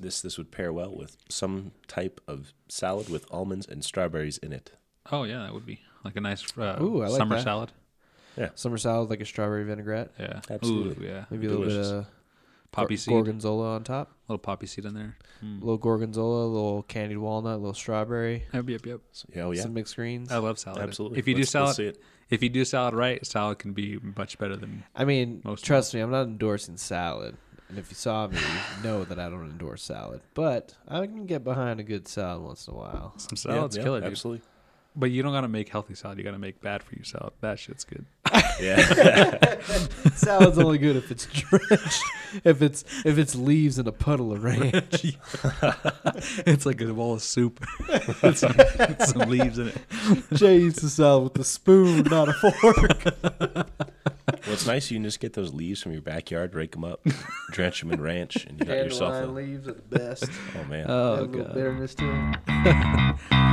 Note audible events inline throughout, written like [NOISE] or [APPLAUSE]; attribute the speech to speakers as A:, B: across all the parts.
A: this this would pair well with some type of salad with almonds and strawberries in it.
B: Oh yeah, that would be like a nice uh,
C: Ooh, I like
B: summer
C: that.
B: salad.
C: Summer salad like a strawberry vinaigrette.
B: Yeah,
A: Absolutely.
B: Ooh, yeah,
C: Maybe a little bit
A: Delicious.
C: of
B: poppy
C: gor-
B: seed,
C: gorgonzola on top.
B: little poppy seed in there. Mm.
C: A little gorgonzola, a little candied walnut, a little strawberry,
B: Yep, yep, yep.
A: So, yeah, oh yeah,
C: some mixed greens.
B: I love salad.
A: absolutely.
B: If you
A: Let's-
B: do
A: let's
B: salad,
A: see it.
B: if you do salad right, salad can be much better than
C: I mean,
B: Most
C: trust me, I'm not endorsing salad. And if you saw me, you know that I don't endorse salad. But I can get behind a good salad once in a while. [LAUGHS]
B: some
A: Yeah,
B: salads.
A: yeah,
B: killer, dude.
A: absolutely.
B: [LAUGHS] But you don't gotta make healthy salad. You gotta make bad for you salad. That shit's good. [LAUGHS]
A: Yeah,
C: Salad's only good if it's drenched, if it's if it's leaves in a puddle of rain.
B: [LAUGHS] it's like a bowl of soup [LAUGHS] with some, with some leaves in it.
C: Jay eats the salad with a spoon, not a fork.
A: well, it's nice you can just get those leaves from your backyard, rake them
B: [LAUGHS]
A: up, drench them in ranch, and you got yourself. A,
C: leaves are the best.
A: oh man,
B: Oh
C: bitterness to them.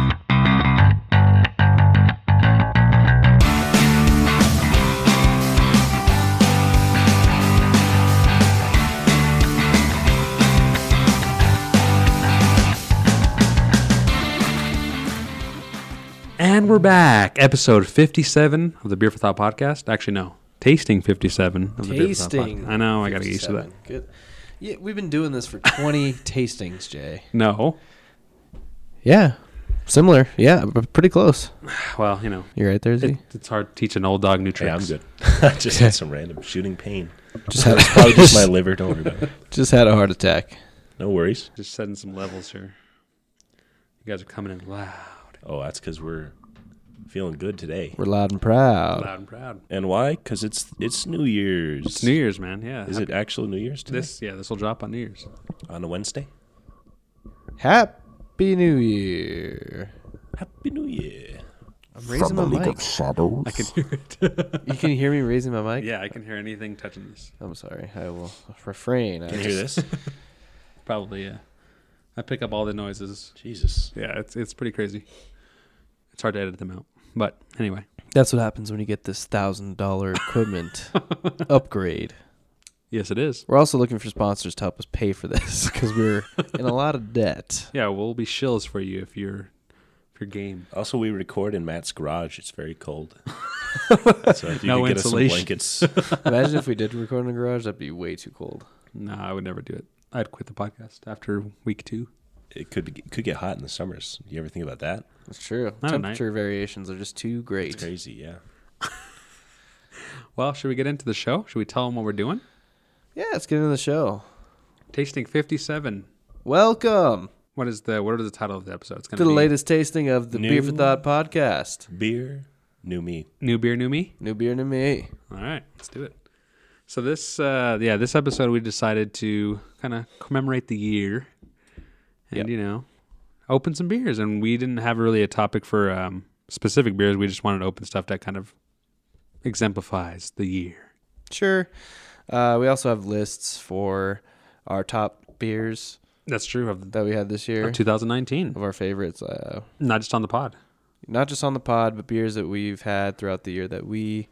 B: And we're back. Episode 57 of the Beer for Thought podcast. Actually, no. Tasting 57 of the Beer for Thought
C: Tasting.
B: podcast. I know. I got to get used to that.
C: 57. Good. Yeah, we've been doing this for 20 tastings, Jay.
B: No.
C: Yeah. Similar. Yeah, but pretty close.
B: Well, you know,
C: You right there, Z?
B: it, it's hard to teach an old dog new
A: hey,
B: tricks.
A: I'm good. [LAUGHS] I just
B: [LAUGHS]
A: had some random shooting pain. [LAUGHS]
C: Just had,
A: Probably just my liver. Don't worry about it.
C: just had a heart attack.
A: No worries.
B: Just setting some levels here. You guys are coming in loud,
A: Oh, that's because we're feeling good today.
C: We're loud and proud.
B: loud and proud.
A: And why? Because it's it's New Year's.
B: It's New Year's, man. Yeah.
A: Is it actual New Year's today?
B: This, yeah, this will drop on New Year's.
A: on a Wednesday?
C: Happy New Year.
A: Happy New Year!
C: I'm raising my mic.
B: [LAUGHS] I [LAUGHS] can hear it.
C: You can hear me raising my mic?
B: [LAUGHS] yeah, I can hear anything touching this.
C: I'm sorry. I will refrain. I
A: Can you hear this?
C: [LAUGHS]
B: Probably, yeah. I pick up all the noises.
A: Jesus.
B: Yeah, it's it's pretty crazy. It's hard to edit them out. But anyway,
C: That's what happens when you get this $1,000 equipment upgrade.
B: yes, it is.
C: We're also looking for sponsors to help us pay for this because we're in a lot of debt.
B: Yeah, we'll be shills for you if you're if you're game.
A: Also, we record in Matt's garage. It's very
C: [LAUGHS]
A: cold. so if you
B: No
A: could get
B: insulation.
A: us some blankets,
C: Imagine if we did record in a garage, that'd be way too cold.
B: No, I would never do it. I'd quit the podcast after week two.
A: it could be, it could get hot in the summers. You ever think about that?
C: It's true.
B: Not at night.
C: Temperature variations are just too great.
A: It's crazy. Yeah.
B: Well, should we get into the show? Should we tell them what we're doing?
C: Yeah, let's get into the show.
B: Tasting fifty seven.
C: Welcome
B: What is the what is the title of the episode? It's gonna
C: to the
B: be
C: latest tasting of the Beer for
A: New-
C: Thought podcast.
A: Beer, new me.
B: New Beer New Me.
C: New beer to me.
B: All right, let's do it. So this, uh, yeah, this episode we decided to kind of commemorate the year, and
A: Yep.
B: you know, open some beers. And we didn't have really a topic for um, specific beers. We just wanted to open stuff that kind of exemplifies the year.
C: Sure. Uh, we also have lists for our top beers
B: That's true of
C: that we had this year,
B: 2019,
C: of our favorites. Uh,
B: not just on the pod.
C: not just on the pod, but beers that we've had throughout the year that we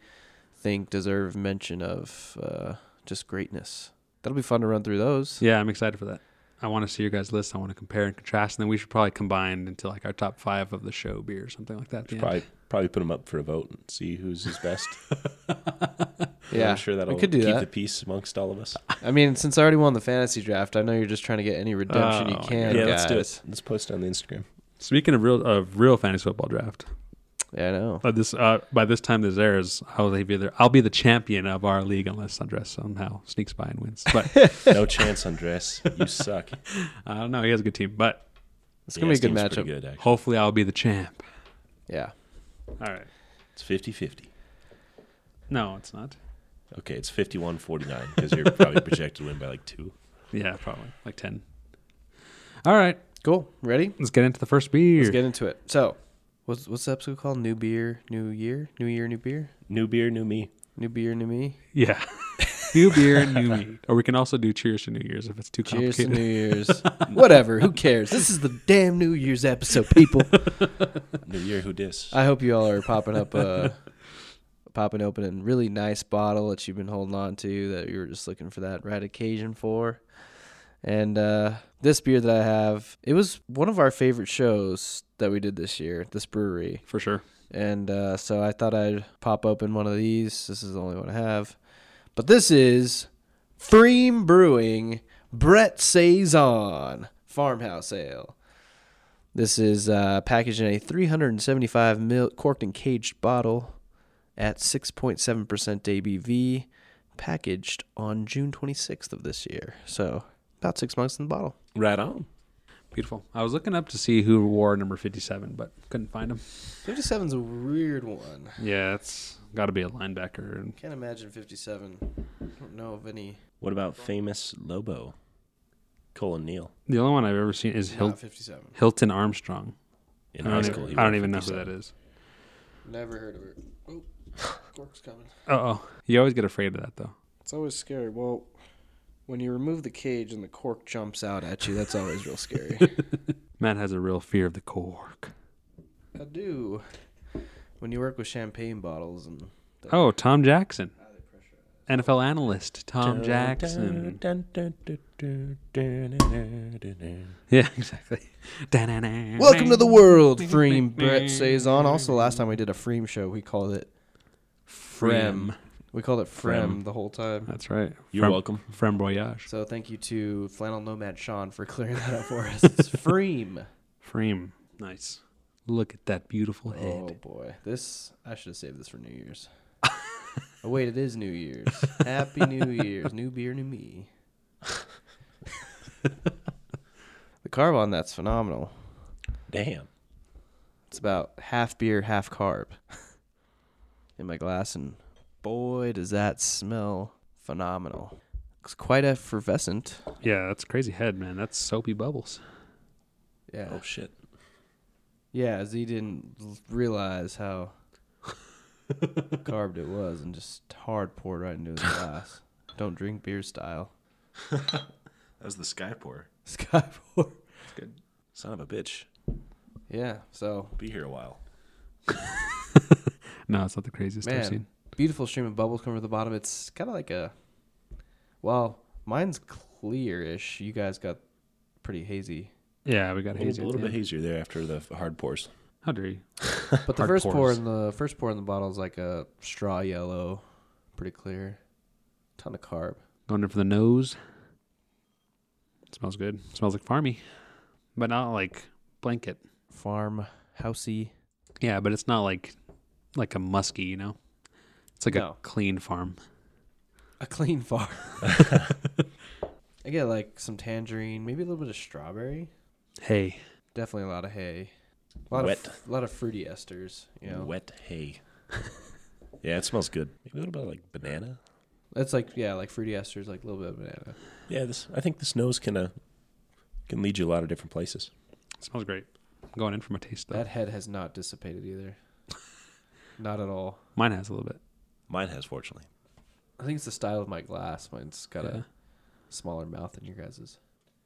C: think deserve mention of uh, just greatness. That'll be fun to run through those.
B: Yeah, I'm excited for that. I want to see your guys' list. I want to compare and contrast, and then we should probably combine into like our top five of the show beer or something like that. at the end.
A: Probably probably put them up for a vote and see who's his
C: [LAUGHS]
A: best.
C: Yeah,
A: I'm sure that'll
C: we could do
A: keep
C: that. Oh,
A: the peace amongst all of us.
C: I mean, since I already won the fantasy draft, I know you're just trying to get any redemption
B: Oh,
C: you can.
A: yeah,
C: guys.
A: let's do it. Let's post it on the
C: [LAUGHS]
A: Instagram.
B: Speaking of real of real fantasy football draft,
C: Yeah, I know.
B: By this, uh, by this time this airs, I'll be the I'll be the champion of our league unless Andres somehow sneaks by and wins.
C: [LAUGHS]
B: But
A: No chance, Andres. You suck.
B: I don't know. He has a good team, but
C: It's gonna be a good matchup.
A: Good, actually.
B: hopefully I'll be the champ.
C: Yeah,
B: All right.
A: It's 50-50.
B: No, it's not.
A: Okay, it's 51-49 because you're probably projected to win by like two.
B: Yeah, probably like ten. All right,
C: cool. Ready?
B: let's get into the first beer.
C: Let's get into it. So, what's what's the episode called? New beer, new year, new year, new beer,
A: New beer, new me.
C: new beer, new me.
B: yeah, new beer,
C: [LAUGHS]
B: new meat. Or we can also do cheers to New Year's if it's too
C: Cheers to
B: complicated.
C: New
A: [LAUGHS]
C: Year's. Whatever. Who cares? This is the damn New Year's episode, people.
A: New year, who
C: [LAUGHS]
A: dis?
C: I hope you all are popping up a [LAUGHS] popping open a really nice bottle that you've been holding on to that you were just looking for that right occasion for. And uh This beer that I have, it was one of our favorite shows that we did this year, this brewery.
B: for sure.
C: And uh, so I thought I'd pop open one of these. This is the only one I have. But this is Freem Brewing Brett Saison Farmhouse Ale. This is uh, packaged in a 375 mil corked and caged bottle at 6.7% ABV, packaged on June 26th of this year. So about six months in the bottle.
A: Right on.
B: Beautiful. I was looking up to see who wore number 57, but couldn't find him.
C: 57's a weird one.
B: Yeah, it's got to be a linebacker. And
C: Can't imagine 57. I don't know of any.
A: What about famous Lobo? Colin Neal.
B: the only one I've ever seen is Hil-
C: 57.
B: Hilton Armstrong.
A: In
B: I
A: high
B: don't,
A: school,
B: even,
A: he
B: I
A: wore
B: don't even know who
A: 57.
B: that is.
C: Never heard of it. [LAUGHS] Oh, cork's coming.
B: Oh, you always get afraid of that though.
C: It's always scary. Well, when you remove the cage and the cork jumps out at you, that's always real scary.
B: Matt has a real fear of the cork.
C: I do. When you work with champagne bottles and
B: Oh, Tom Jackson, NFL analyst Tom Jackson. [LAUGHS] Yeah, exactly.
C: welcome to the world, Freem Brett Saison. Also, last time we did a Freem show, we called it Frem. We called it Frem,
A: Frem.
C: the whole time.
B: That's right.
A: You're
B: From-
A: welcome.
B: From Boyage.
C: So thank you to Flannel Nomad Sean for clearing that up for [LAUGHS] us. It's Freem.
B: Frame. Nice. Look at that beautiful
C: Oh
B: head.
C: boy, this I should have saved this for New Year's. oh wait, it is New Year's. Happy New Year's, new beer, new me. the carb on that's phenomenal.
A: Damn.
C: It's about half beer, half carb [LAUGHS] in my glass, and boy, does that smell phenomenal. It's quite effervescent.
B: Yeah, that's crazy head, man. That's soapy bubbles.
C: Yeah.
A: Oh shit.
C: Yeah, Z didn't l- realize how [LAUGHS] carved it was and just hard poured right
B: [LAUGHS]
C: into his glass. Don't drink beer style. [LAUGHS]
A: That was the sky pour.
C: Sky pour.
A: Son of a bitch.
C: Yeah, so
A: Be here a while.
B: No, it's not the craziest I've
C: man,
B: seen.
C: beautiful stream of bubbles coming to the bottom. It's kind of like a, well, mine's clearish. You guys got
B: [LAUGHS]
C: pretty hazy,
B: Yeah, we got
A: A
B: hazy.
A: little,
B: at
A: little
B: the
A: bit
B: end.
A: hazier there after the hard
B: [LAUGHS]
A: pours.
B: How dare you?
C: but the
B: Hard
C: first pour
B: pours.
C: in the first pour in the bottle is like a straw yellow, pretty clear, ton of carb.
B: Going in for the nose. smells good. smells like farmy, but not like blanket.
C: Farm housey.
B: Yeah, but it's not like like a musky, you know. It's like a
C: No.
B: clean farm.
C: A clean farm. I get like some tangerine, maybe a little bit of strawberry.
B: Hey,
C: Definitely a lot of hay. A lot
A: Wet.
C: of a lot of fruity esters. You know,
A: Wet hay. [LAUGHS] yeah, it smells good. Maybe a little bit of, like banana.
C: that's like yeah, like fruity esters, like a little bit of banana.
A: Yeah, this I think this nose can uh, can lead you a lot of different places.
B: it smells great. I'm going in for my taste though.
C: That head has not
A: [LAUGHS]
C: dissipated either. not at all.
B: Mine has a little bit.
A: Mine has, fortunately.
C: I think it's the style of my glass. Mine's got
B: Yeah.
C: a smaller mouth than your guys's.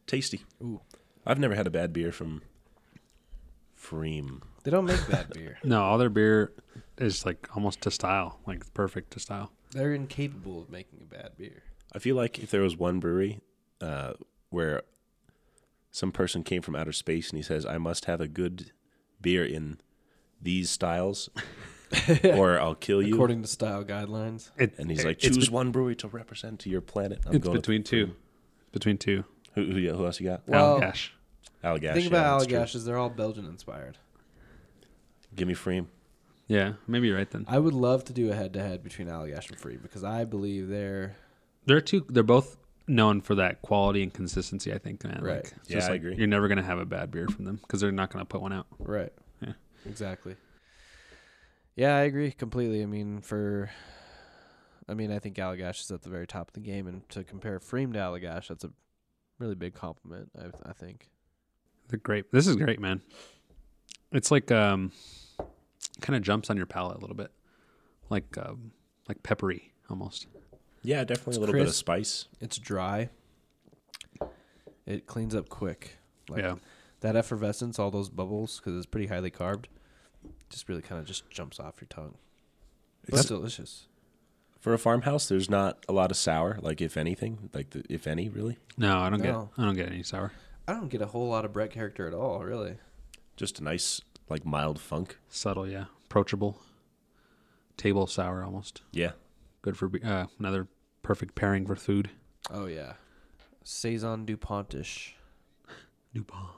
A: Tasty.
C: Ooh.
A: I've never had a bad beer from Freem.
C: They don't make
A: [LAUGHS]
C: bad beer.
B: No, all their beer is like almost to style, like perfect to style.
C: They're incapable of making a bad beer.
A: I feel like if there was one brewery uh, where some person came from outer space and he says, "I must have a good beer in these
C: [LAUGHS]
A: styles, or I'll kill you,"
C: According to style guidelines.
B: It,
A: and he's
B: it-
A: like,
B: it's
A: "Choose
B: be-
A: one brewery to represent to your planet." I'm
B: It's
A: going
B: between two, between two.
A: With, who, who, who else you got?
C: Well,
B: Allagash.
A: Allagash.
C: Think
A: yeah,
C: about
A: that's true.
C: Allagash is they're all Belgian inspired.
A: Give me Freem.
B: Yeah, maybe you're right then.
C: I would love to do a head to head between Allagash and Free because I believe they're
B: They're two. They're both known for that quality and consistency. I think, man.
C: Right.
B: Like, it's
A: Yeah,
B: just
A: I
B: like,
A: agree.
B: You're never gonna have a bad beer from them because they're not gonna put one out.
C: right.
B: Yeah.
C: Exactly. Yeah, I agree completely. I mean, for I mean, I think Allagash is at the very top of the game, and to compare Freem to Allagash, that's a really big compliment. I, I think.
B: They're great. This is great, man. It's like um, kind of jumps on your palate a little bit, like um, like peppery almost.
A: Yeah, definitely
C: It's
A: a little bit of
C: crisp.
A: spice.
C: It's dry. It cleans up quick. Like
B: yeah,
C: That effervescence, all those bubbles, because it's pretty highly carved, just really kind of just jumps off your tongue. But
A: It's-
C: it's delicious.
A: For a farmhouse, there's not a lot of sour, like if anything, like the, if any, really.
B: no, I don't
C: No.
B: get. I don't get any sour.
C: I don't get a whole lot of Brett character at all, really.
A: Just a nice, like mild funk.
B: Subtle, yeah. Approachable. Table sour almost.
A: Yeah.
B: Good for be- uh, another perfect pairing for food.
C: Oh yeah, saison Dupontish.
B: Dupont.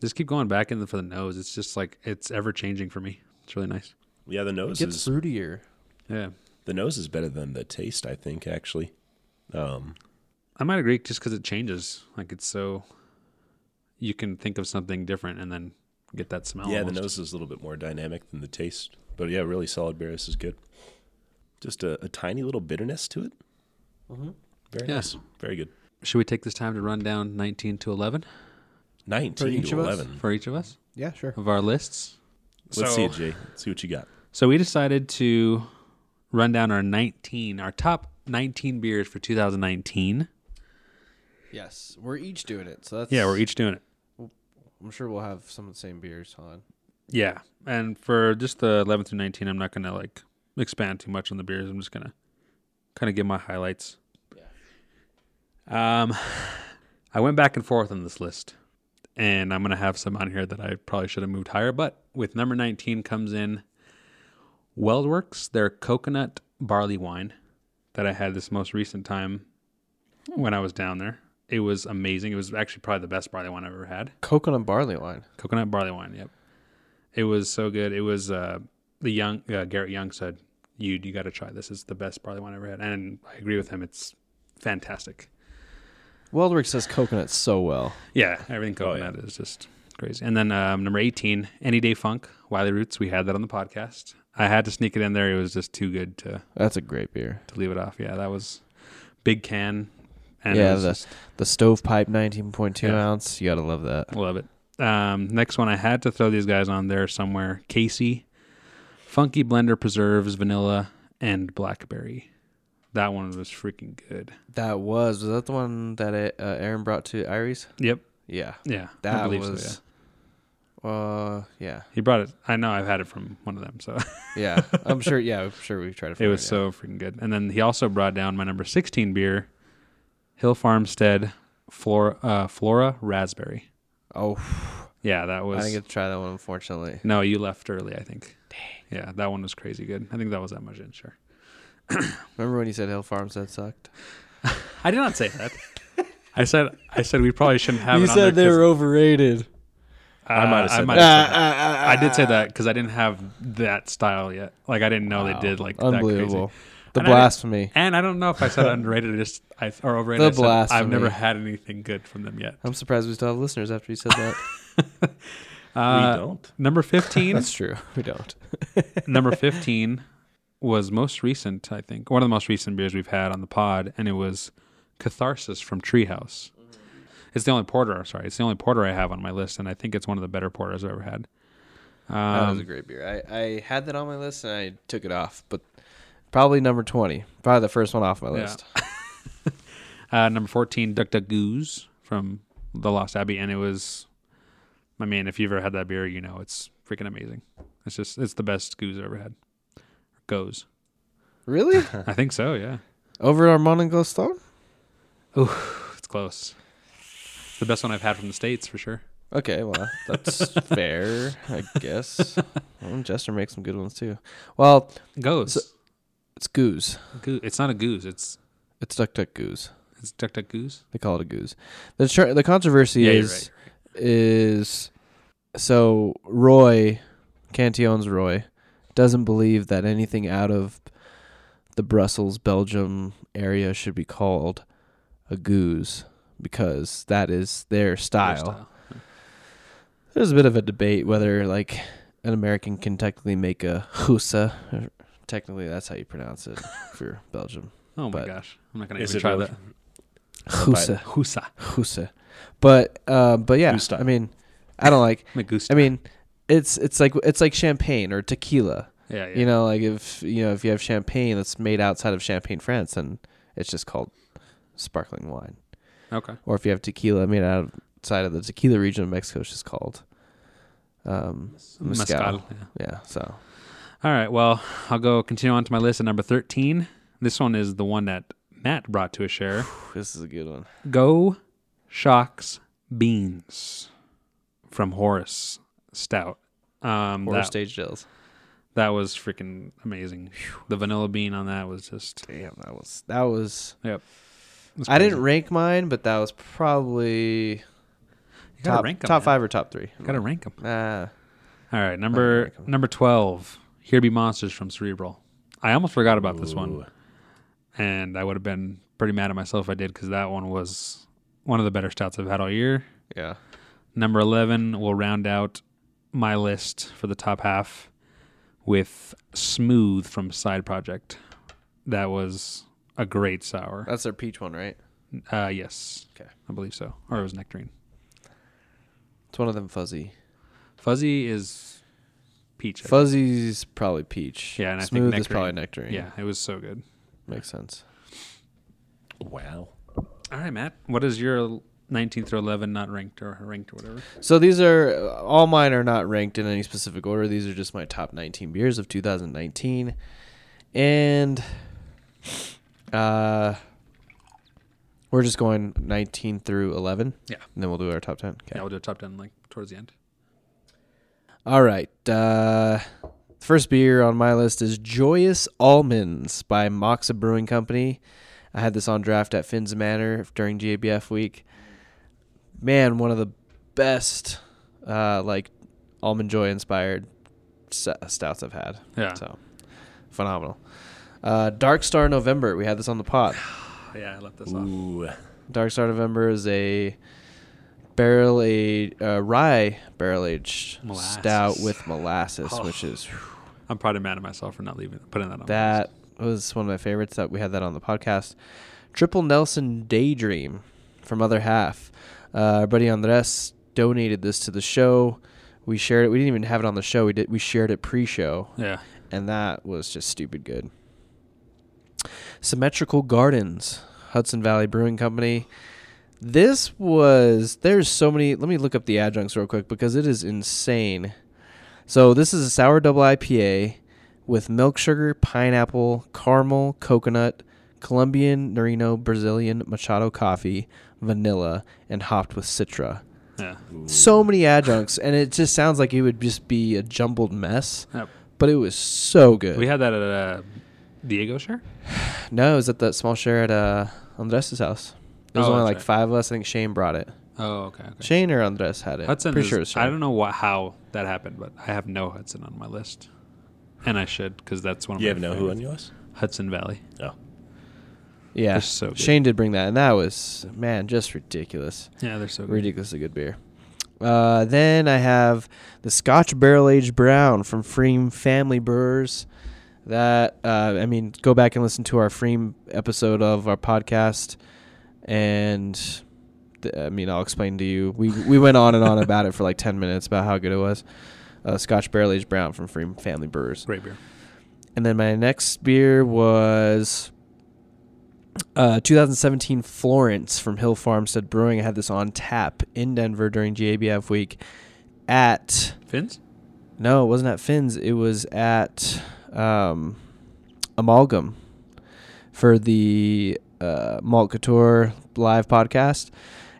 B: Just keep going back in for the nose. It's just like it's ever changing for me. It's really nice.
A: Yeah, the
C: It
A: nose
C: gets
A: is
C: fruitier.
B: Yeah.
A: the nose is better than the taste, I think, actually. Um
B: I might agree just because it changes. Like it's so you can think of something different and then get that smell.
A: Yeah,
B: almost.
A: the nose is a little bit more dynamic than the taste. But yeah, really solid Barris is good. Just a, a tiny little bitterness to it.
B: Mm-hmm.
C: Mhm.
A: Very
B: Yeah.
A: nice. Very good.
B: Should we take this time to run down 19 to 11
A: 19
C: each
A: to
C: of us?
A: 11.
B: for each of us
C: Yeah, sure.
B: of our lists?
A: Let's
B: So-
A: see it, Jay. Let's see what you got.
B: So we decided to run down our 19, our top 19 beers for 2019.
C: Yes, we're each doing it, so that's
B: Yeah, we're each doing it.
C: I'm sure we'll have some of the same beers on.
B: Yeah. And for just the 11 through 19, I'm not going to like expand too much on the beers. I'm just going to kind of give my highlights. Yeah. Um, I went back and forth on this list, and I'm going to have some on here that I probably should have moved higher. But with number 19 comes in Weldworks, their coconut barley wine that I had this most recent time when I was down there. It was amazing. It was actually probably the best barley wine I've ever had
C: Coconut barley wine.
B: coconut barley wine. Yep, it was so good. It was uh, the young uh, Garrett Young said, "You you got to try this. It's the best barley wine I ever had," and I agree with him. It's fantastic.
C: Weldrick says coconut so well.
B: Yeah, everything
C: Oh,
B: coconut is just crazy. And then um, number eighteen, Any Day Funk, Wiley Roots. We had that on the podcast. I had to sneak it in there. It was just too good to
C: That's a great beer.
B: to leave it off. Yeah, that was big can. And yeah,
C: yeah, the, the stovepipe 19.2
B: Yeah.
C: ounce. You gotta love that.
B: Love it. Um, next one, I had to throw these guys on there somewhere. Casey, Funky Blender Preserves, Vanilla, and Blackberry. That one was freaking good.
C: That was was that the one that it, uh, Aaron brought to Iries?
B: Yep.
C: Yeah,
B: Yeah. I
C: that
B: believe so,
C: was.
B: yeah.
C: Uh, yeah,
B: He brought it. I know I've had it from one of them, so [LAUGHS]
C: yeah. I'm sure. Yeah, I'm sure we tried to.
B: it
C: find
B: was
C: yeah.
B: so freaking good. And then he also brought down my number 16 beer, Hill Farmstead Flora, uh, Flora Raspberry.
C: Oh,
B: Yeah, that
C: I
B: was.
C: didn't get to try that one. Unfortunately,
B: No, you left early, I think. Dang. Yeah, that one was crazy good. I think that was that much in, sure.
C: remember when you said Hill Farms that sucked?
B: I did not say that. I said I said we probably shouldn't have it on there 'cause,
C: overrated. Ah,
B: uh,
A: I might have said
B: might
A: that.
B: have said that. I did say that because I didn't have that style yet. Like I didn't know
C: Wow.
B: they did like
C: Unbelievable.
B: That crazy.
C: The
B: And I didn't-
C: blasphemy.
B: And I don't know if I said underrated. I just I, or overrated.
C: The
B: I said I've
C: blasphemy.
B: never had anything good from them yet.
C: I'm surprised we still have listeners after you said [LAUGHS] that.
B: Uh,
A: we don't.
B: Number fifteen.
C: That's true. We don't.
B: number fifteen was most recent. I think one of the most recent beers we've had on the pod, and it was Catharsis from Treehouse. It's the only porter. Sorry, it's the only porter I have on my list, and I think it's one of the better porters I've ever had.
C: that was a
B: Um,
C: great beer. I, I had that on my list and I took it off, but probably number 20. Probably the first one off my
B: Yeah.
C: list.
B: uh, number fourteen, Duck Duck Goose from the Lost Abbey, and it was. I mean, if you've ever had that beer, you know it's freaking amazing. It's just it's the best goose I've ever had. Goes,
C: [LAUGHS] Really?
B: I think so. Yeah,
C: Over Armand and Glowstone?
B: it's close. It's the best one I've had from the states for sure.
C: Okay, well,
B: [LAUGHS]
C: that's fair, I guess. Well, Jester makes some good ones too. Well,
B: Goes.
C: it's Goose.
B: Goo- It's not a goose. It's
C: It's Duck Duck Goose.
B: it's duck duck goose.
C: They call it a goose. The, tr- the controversy
B: Yeah, you're
C: is.
B: right.
C: is so Roy, Cantion's Roy, doesn't believe that anything out of the Brussels, Belgium area should be called a goose because that is their style.
B: Style.
C: There's a bit of a debate whether like an American can technically make a husa. Technically, that's how you
B: [LAUGHS]
C: pronounce it for Belgium.
B: Oh my
C: But-
B: gosh, I'm not gonna
A: Is
B: even
A: it
B: try
A: really-
B: that. [LAUGHS]
C: Husa,
B: Husa,
C: husa. But uh, but yeah,
A: Gusta.
C: I mean, I don't like.
B: Magusta.
C: I mean, it's it's like it's like champagne or tequila.
B: yeah, yeah.
C: You know, like if you know if you have champagne that's made outside of Champagne, France, then it's just called sparkling wine.
B: okay.
C: Or if you have tequila made outside of the tequila region of Mexico, it's just called um, mezcal.
B: Mezcal, yeah.
C: Yeah. So
B: All right. Well, I'll go continue on to my list at number 13. This one
C: [SIGHS]
B: is the one that Matt brought to a share.
C: this is a good one.
B: Go Shocks beans from Horace Stout. Um,
C: Horror
B: that,
C: stage gels.
B: that was freaking amazing. The vanilla bean on that was just.
C: Damn, that was that was.
B: Yep. It was
C: I didn't
B: crazy.
C: rank mine, but that was probably
B: You gotta
C: top
B: rank 'em,
C: top
B: man.
C: five or top three.
B: Gotta rank them.
C: Ah,
B: All right, number number twelve. Here be monsters from Cerebral. I almost forgot about this
A: Ooh.
B: one, and I would have been pretty mad at myself if I did because that one was one of the better stouts I've had all year.
C: yeah.
B: Number eleven will round out my list for the top half with Smooth from Side Project. That was a great sour.
C: That's their peach one, right?
B: Uh, yes,
C: Okay.
B: I believe so, or it was nectarine.
C: It's one of them fuzzy.
B: Fuzzy is peach. I
C: Fuzzy's probably peach.
B: Yeah, and I think
C: smooth is
B: nectarine.
C: probably
B: think.
C: nectarine.
B: yeah, it was so good.
C: makes sense.
A: Wow.
B: All right, Matt. What is your 19th or 11 not ranked or ranked or whatever?
C: So these are uh, all mine are not ranked in any specific order. These are just my top 19 beers of 2019, and uh, we're just going 19 through 11.
B: Yeah.
C: and then we'll do our top 10. Okay.
B: Yeah, we'll do a top 10 like towards the end.
C: All right. Uh, first beer on my list is Joyous Almonds by Moxa Brewing Company. I had this on draft at Finn's Manor during GABF week. Man, one of the best, uh, like, almond joy inspired stouts I've had.
B: Yeah.
C: So, phenomenal. Uh, Dark Star November. We had this on the pot.
B: yeah, I left this off.
A: Ooh.
C: Dark Star November is a barrel aged uh, rye barrel aged
B: Molasses.
C: stout with molasses, which is
B: I'm probably mad at myself for not leaving putting that on.
C: that was one of my favorites. That we had that on the podcast. Triple Nelson Daydream from Other Half. Uh, our buddy Andres donated this to the show. We shared it. We didn't even have it on the show. We did. We shared it pre-show,
B: Yeah.
C: and that was just stupid good. Symmetrical Gardens, Hudson Valley Brewing Company. This was there's so many. Let me look up the adjuncts real quick because it is insane. So this is a sour double IPA with milk sugar, pineapple, caramel, coconut, Colombian, Nerino, Brazilian, Machado coffee, vanilla, and hopped with Citra.
B: Yeah.
C: So many adjuncts, and it just sounds like it would just be a jumbled mess
B: Yep.
C: but it was so good.
B: We had that at uh, Diego share.
C: [SIGHS] no, it was at that small share at uh, Andres' house. There was
B: Oh,
C: only
B: that's
C: like
B: right.
C: five of us. I think Shane brought it.
B: Oh, okay. okay.
C: Shane or Andres had it.
B: Hudson
C: Pretty
B: is,
C: sure it was Shane.
B: I don't know what, how that happened, but I have no Hudson on my list. And I should because that's one of
A: You
B: my
A: have no who on
B: favorites.
A: yours?
B: Hudson Valley.
A: Oh.
C: Yeah,
B: They're so good.
C: Shane did bring that, and that was man, just ridiculous,
B: Yeah, they're so good.
C: ridiculously good beer. Uh, then I have the Scotch Barrel Aged Brown from Freem Family Brewers. That uh, I mean, go back and listen to our Freem episode of our podcast, and th- I mean, I'll explain to you. We we went on and on about it for like ten minutes about how good it was. Uh, Scotch Barrel Aged Brown from Freem Family Brewers.
B: Great beer.
C: And then my next beer was uh, 2017 Florence from Hill Farmstead Brewing. I had this on tap in Denver during GABF week at
B: Fins?
C: no, it wasn't at Finn's. It was at um, Amalgam for the uh, Malt Couture live podcast.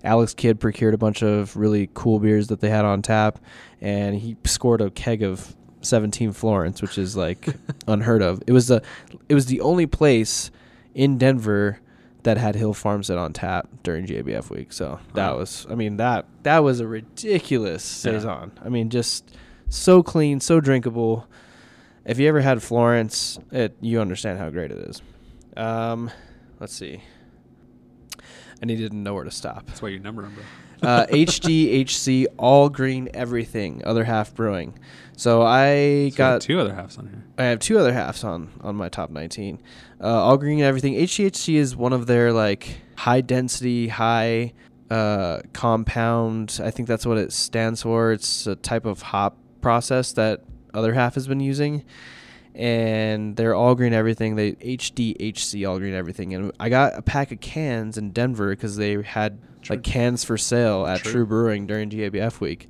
C: Alex Kidd procured a bunch of really cool beers that they had on tap, and he scored a keg of 17 Florence, which is like unheard of. It was the it was the only place in Denver that had Hill Farmstead on tap during JBF week. So that
B: Wow.
C: was I mean that that was a ridiculous
B: Yeah.
C: saison. I mean just so clean, so drinkable. If you ever had Florence, it you understand how great it is. Um, let's see. I needed to know where
B: [LAUGHS]
C: to stop.
B: That's why you number them, bro. [LAUGHS]
C: Uh, HDHC, all green, everything. Other half brewing. So I
B: So
C: got
B: two other halves on here.
C: I have two other halves on on my top 19. Uh, all green and everything. HCHC is one of their like high density, high uh, compound. I think that's what it stands for. It's a type of hop process that other half has been using. And they're all green everything. They HDHC all green everything. And I got a pack of cans in Denver because they had like cans for sale at
B: True.
C: True Brewing during GABF week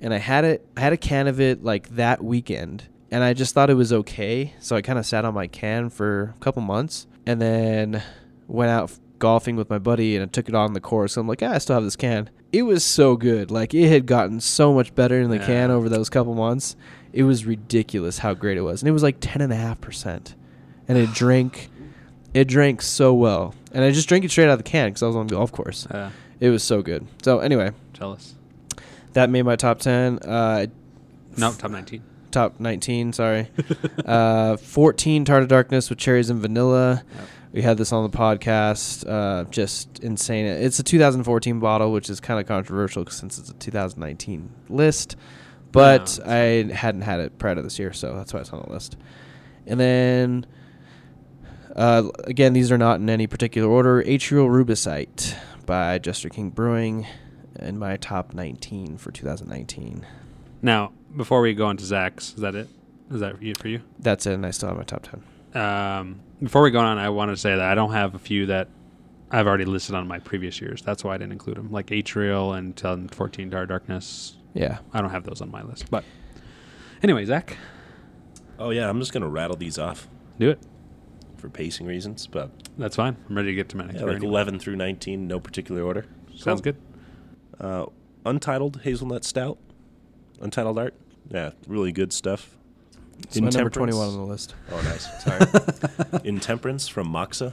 C: and I had it I had a can of it like that weekend and I just thought it was okay so I kind of sat on my can for a couple months and then went out golfing with my buddy and I took it on the course. I'm like, ah, I still have this can. It was so good. Like it had gotten so much better in the
B: Yeah.
C: can over those couple months. It was ridiculous how great it was. And it was like ten and a half percent. And it drank it drank so well. And I just drank it straight out of the can because I was on the golf course.
B: Uh,
C: It was so good. So anyway,
B: jealous.
C: that made my top ten. Uh
B: No, top 19.
C: top
B: [LAUGHS]
C: 19 sorry uh, 14 tart of darkness with cherries and vanilla
B: Yep.
C: we had this on the podcast uh, just insane it's a 2014 bottle which is kind of controversial since it's a 2019 list but
B: Yeah.
C: i hadn't had it prior to this year so that's why it's on the list and then uh, again these are not in any particular order atrial rubicite by jester king brewing in my top 19 for 2019
B: Now, before we go on to Zach's, is that it? Is that it for you?
C: that's it and i still have my top 10
B: Um, before we go on, I want to say that I don't have a few that I've already listed on my previous years. That's why I didn't include them, like Atrial and 2014 Dark Darkness.
C: Yeah.
B: I don't have those on my list. But anyway, Zach,
A: Oh yeah, I'm just gonna rattle these off
B: do it.
A: for pacing reasons, but
B: That's fine. I'm ready to get to my next
A: yeah,
B: beer
A: like
B: anyway.
A: 11 through 19, no particular order.
B: Sounds good.
A: Uh, Untitled Hazelnut Stout, Untitled Art. Yeah, really good stuff.
C: It's my number
A: Intemperance.
C: 21 on the list.
A: Oh, nice.
C: [LAUGHS]
A: Sorry. Intemperance from Moxa.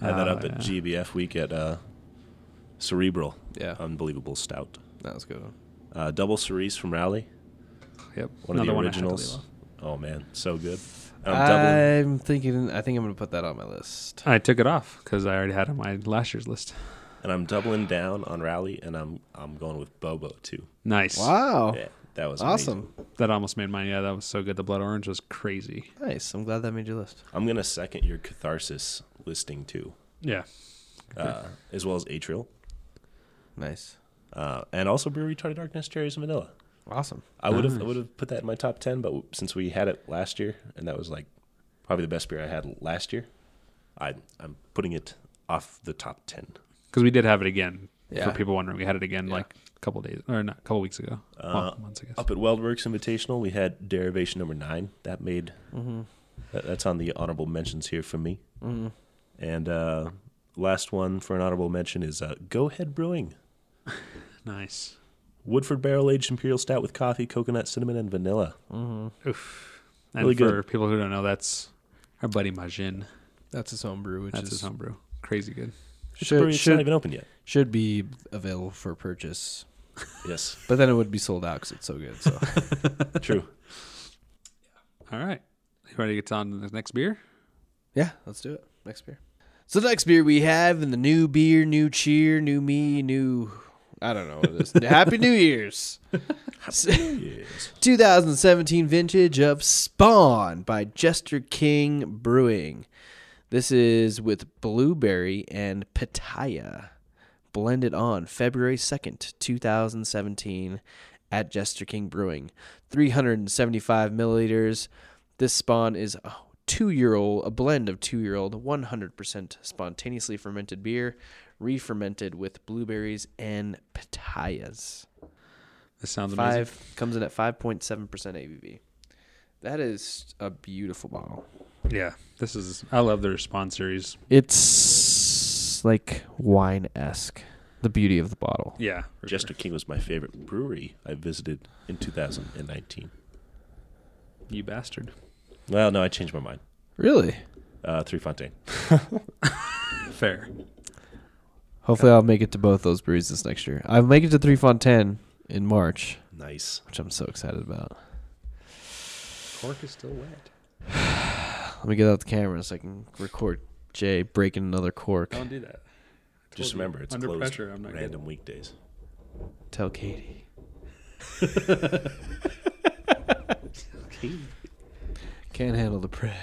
A: Had that
B: Ah,
C: Oh,
A: up at
B: yeah.
A: GBF week at uh, Cerebral.
C: Yeah.
A: Unbelievable stout.
C: That was a good one.
A: Uh, Double Cerise from Raleigh.
B: Yep.
A: One of the
B: I had to leave
A: originals.
B: off.
A: Oh, man. So good. I'm doubling.
C: I'm thinking, I think I'm going to put that on my list.
B: I took it off because I already had it on my last year's list.
A: And I'm doubling down on Raleigh, and I'm I'm going with Bobo, too.
B: Nice.
C: Wow.
A: Yeah, that was amazing.
C: Oh. awesome.
B: That almost made mine. Yeah, that was so good. The blood orange was crazy.
C: Nice. I'm glad that made your list.
A: I'm going to second your catharsis listing, too,
B: Yeah.
A: uh, as well as Atrial.
C: Nice.
A: Uh, and also Brewery Tartar Darkness, Cherries, and Vanilla.
C: Awesome.
A: I would have I
B: Nice.
A: would have put that in my top ten, but since we had it last year, and that was like probably the best beer I had last year, I I'm putting it off the top ten.
B: Because we did have it again.
C: Yeah.
B: For people wondering, we had it again
C: Yeah.
B: like a couple days or not a couple weeks ago. well, months, I guess.
A: Up at Weldworks Invitational, we had Derivation Number Nine. That made
C: Mm-hmm.
A: that, that's on the honorable mentions here for me. And uh, last one for an honorable mention is uh, Go Ahead Brewing.
B: Nice.
A: Woodford Barrel Aged Imperial Stout with coffee, coconut, cinnamon, and vanilla.
C: Mm-hmm.
B: Oof. And
A: Really
B: for
A: good.
B: people who don't know, that's our buddy Majin.
C: That's his home brew, which
B: That's his homebrew. Crazy good.
A: It's, a brewery
C: should,
A: that's not
C: should,
A: even open yet.
C: should be available for purchase.
A: Yes,
C: But then it would be sold out because it's so good. [LAUGHS] So
A: true.
C: [LAUGHS]
B: All right. You ready to get on to the next beer?
C: Yeah, let's do it. Next beer. So the next beer we have in the new beer, new cheer, new me, new I don't know what [LAUGHS] it is. Happy New [LAUGHS] Year's.
A: Yes.
C: 2017 vintage of Spawn by Jester King Brewing. This is with blueberry and pitaya blended on February 2nd, 2017 at Jester King Brewing. 375 milliliters. This spawn is a two year old, a blend of two year old, 100% spontaneously fermented beer, re fermented with blueberries and pitayas.
B: This sounds amazing.
C: Five comes in at five point seven percent ABV. That is a beautiful bottle.
B: Yeah. This is, I love the Respawn series.
C: It's like wine esque. The beauty of the bottle.
B: Yeah. for sure.
A: Jester King was my favorite brewery I visited in 2019.
B: You bastard.
A: Well, no, I changed my mind.
C: Really?
A: Uh, Three Fontaine.
B: Fair.
C: Hopefully, I'll make it to both those breweries this next year. I'll make it to Three Fontaine in March,
A: Nice.
C: which I'm so excited about.
B: Cork is still wet.
C: Let me get out the camera so I can record Jay breaking another cork.
B: Don't do that. I
A: Just
B: told you,
A: remember, it's
B: under
A: closed
B: pressure. I'm not good.
A: random weekdays.
C: Tell Katie. [LAUGHS] Can't handle the press.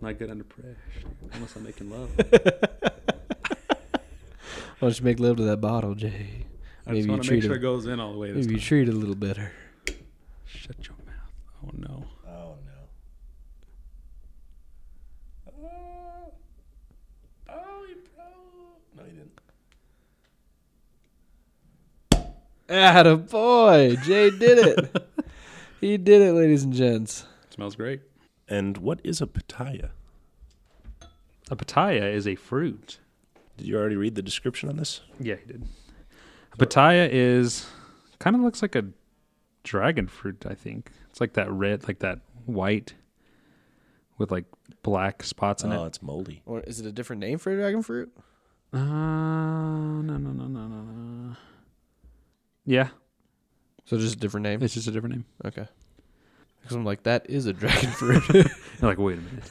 B: Not good under pressure unless I'm making love.
C: Why don't you make love to that bottle, Jay?
B: I just
C: you
B: want to make
C: treat
B: sure it
C: him-
B: goes in all the way. This
C: Maybe you
B: time.
C: treat it a little better.
B: Shut your mouth. Oh no.
A: Oh no. Oh, oh, you No, you didn't.
C: a boy, Jay did it.
B: [LAUGHS]
C: he did it, ladies and gents.
B: smells great.
A: And what is a pitaya?
B: A pitaya is a fruit
A: Did you already read the description on this?
B: Yeah, he did. Pitaya is kind of looks like a dragon fruit. I think it's like that red, like that white, with like black spots in
A: oh,
B: it.
A: it's moldy.
C: Or is it a different name for a dragon fruit?
B: Uh, no, no, no, no, no, no. Yeah,
C: So just a different name.
B: it's just a different name.
C: Okay. Because I'm like, that is a [LAUGHS] dragon fruit.
B: You're like, wait a minute.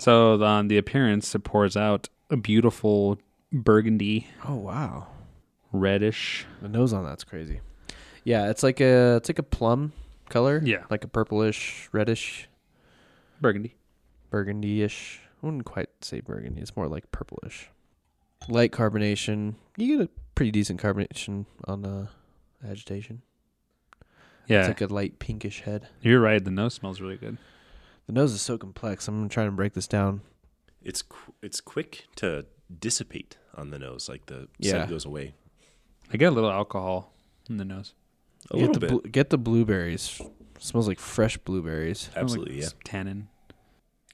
B: so on the appearance, it pours out a beautiful burgundy,
C: oh wow,
B: reddish.
C: the nose on that's crazy. Yeah, it's like a it's like a plum color.
B: Yeah.
C: like a purplish, reddish,
B: Burgundy.
C: burgundy-ish. I wouldn't quite say burgundy. It's more like purplish. Light carbonation. You get a pretty decent carbonation on uh, agitation.
B: Yeah,
C: It's like a light pinkish head.
B: you're right. The nose smells really good.
C: The nose is so complex. I'm gonna try and break this down.
A: It's qu- it's quick to dissipate on the nose, like the
C: Yeah.
A: scent goes away
B: I get a little alcohol in the nose.
A: a
C: get
A: little
C: the
A: bit.
C: blu- get the blueberries. Smells like fresh blueberries.
B: Kinda like
A: Absolutely, yeah.
B: s- Tannin.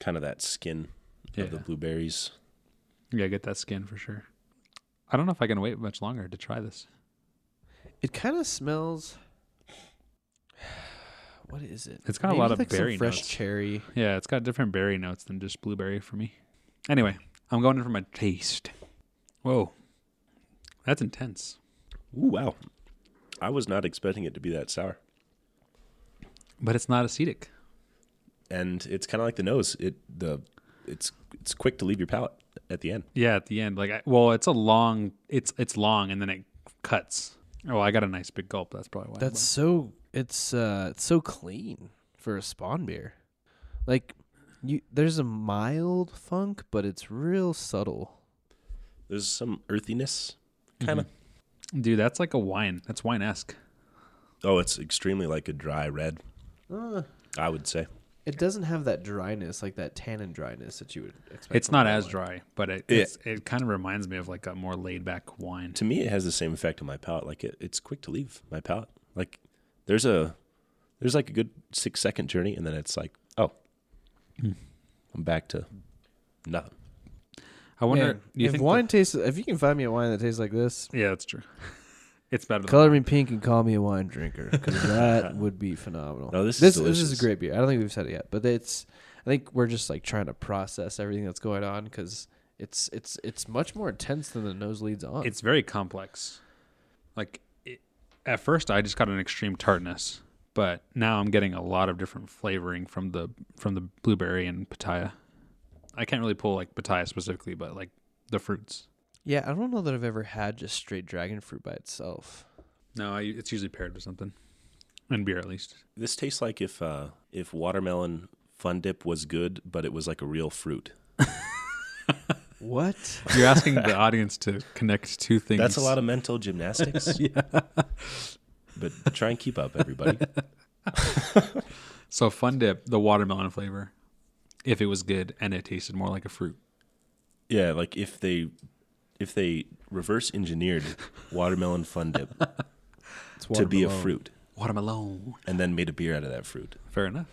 A: Kind of that skin
B: Yeah.
A: of the blueberries.
B: yeah, I get that skin for sure. I don't know if I can wait much longer to try this.
C: It kind of smells. [SIGHS] What is it?
B: It's got a lot of berry
C: fresh
B: notes.
C: cherry.
B: Yeah, it's got different berry notes than just blueberry for me. Anyway, I'm going in for my taste. Whoa. That's intense.
A: Ooh, wow! I was not expecting it to be that sour,
B: But it's not acetic.
A: and it's kind of like the nose. It the it's it's quick to leave your palate at the end.
B: Yeah, at the end. Like I, well, it's a long it's it's long and then it cuts. Oh, I got a nice big gulp. That's probably why.
C: That's so. It's uh. It's so clean for a spawn beer. Like, you there's a mild funk, but it's real subtle.
A: There's some earthiness, kind of.
B: Dude, that's like a wine. That's wine esque.
A: Oh, it's extremely like a dry red. I would say
C: It doesn't have that dryness, like that tannin dryness that you would expect.
B: It's
C: from
B: not
C: a
B: as
C: wine.
B: dry, but it
A: Yeah.
B: it's, it kind of reminds me of like a more laid back wine.
A: to me it has the same effect on my palate. Like it, it's quick to leave my palate. Like there's a there's like a good six second journey, and then it's like oh, I'm back to nothing.
B: I wonder.
C: Man,
B: do you
C: if
B: think
C: wine tastes, if you can find me a wine that tastes like this,
B: The, yeah, that's true. [LAUGHS] It's better. Than,
C: color me pink and call me a wine drinker because [LAUGHS] that would be phenomenal.
A: No, this is
C: this, this
A: delicious.
C: is a great beer. I don't think we've said it yet, but it's. I think we're just like trying to process everything that's going on because it's it's it's much more intense than the nose leads on.
B: it's very complex. Like it, at first, I just got an extreme tartness, but now I'm getting a lot of different flavoring from the from the blueberry and pitaya. I can't really pull like pitaya specifically, but like the fruits.
C: yeah, I don't know that I've ever had just straight dragon fruit by itself.
B: No, I, it's usually paired with something, and beer at least.
A: This tastes like if uh if watermelon fun dip was good, but it was like a real fruit.
C: What?
B: You're
A: [LAUGHS]
B: asking the audience to connect two things.
A: That's a lot of mental
B: [LAUGHS]
A: gymnastics. yeah. But try and keep up, everybody.
B: So fun dip, the watermelon flavor, if it was good and it tasted more like a fruit.
A: Yeah, like if they if they reverse engineered watermelon fun dip to be a fruit
B: Watermelon.
A: and then made a beer out of that fruit.
B: Fair enough.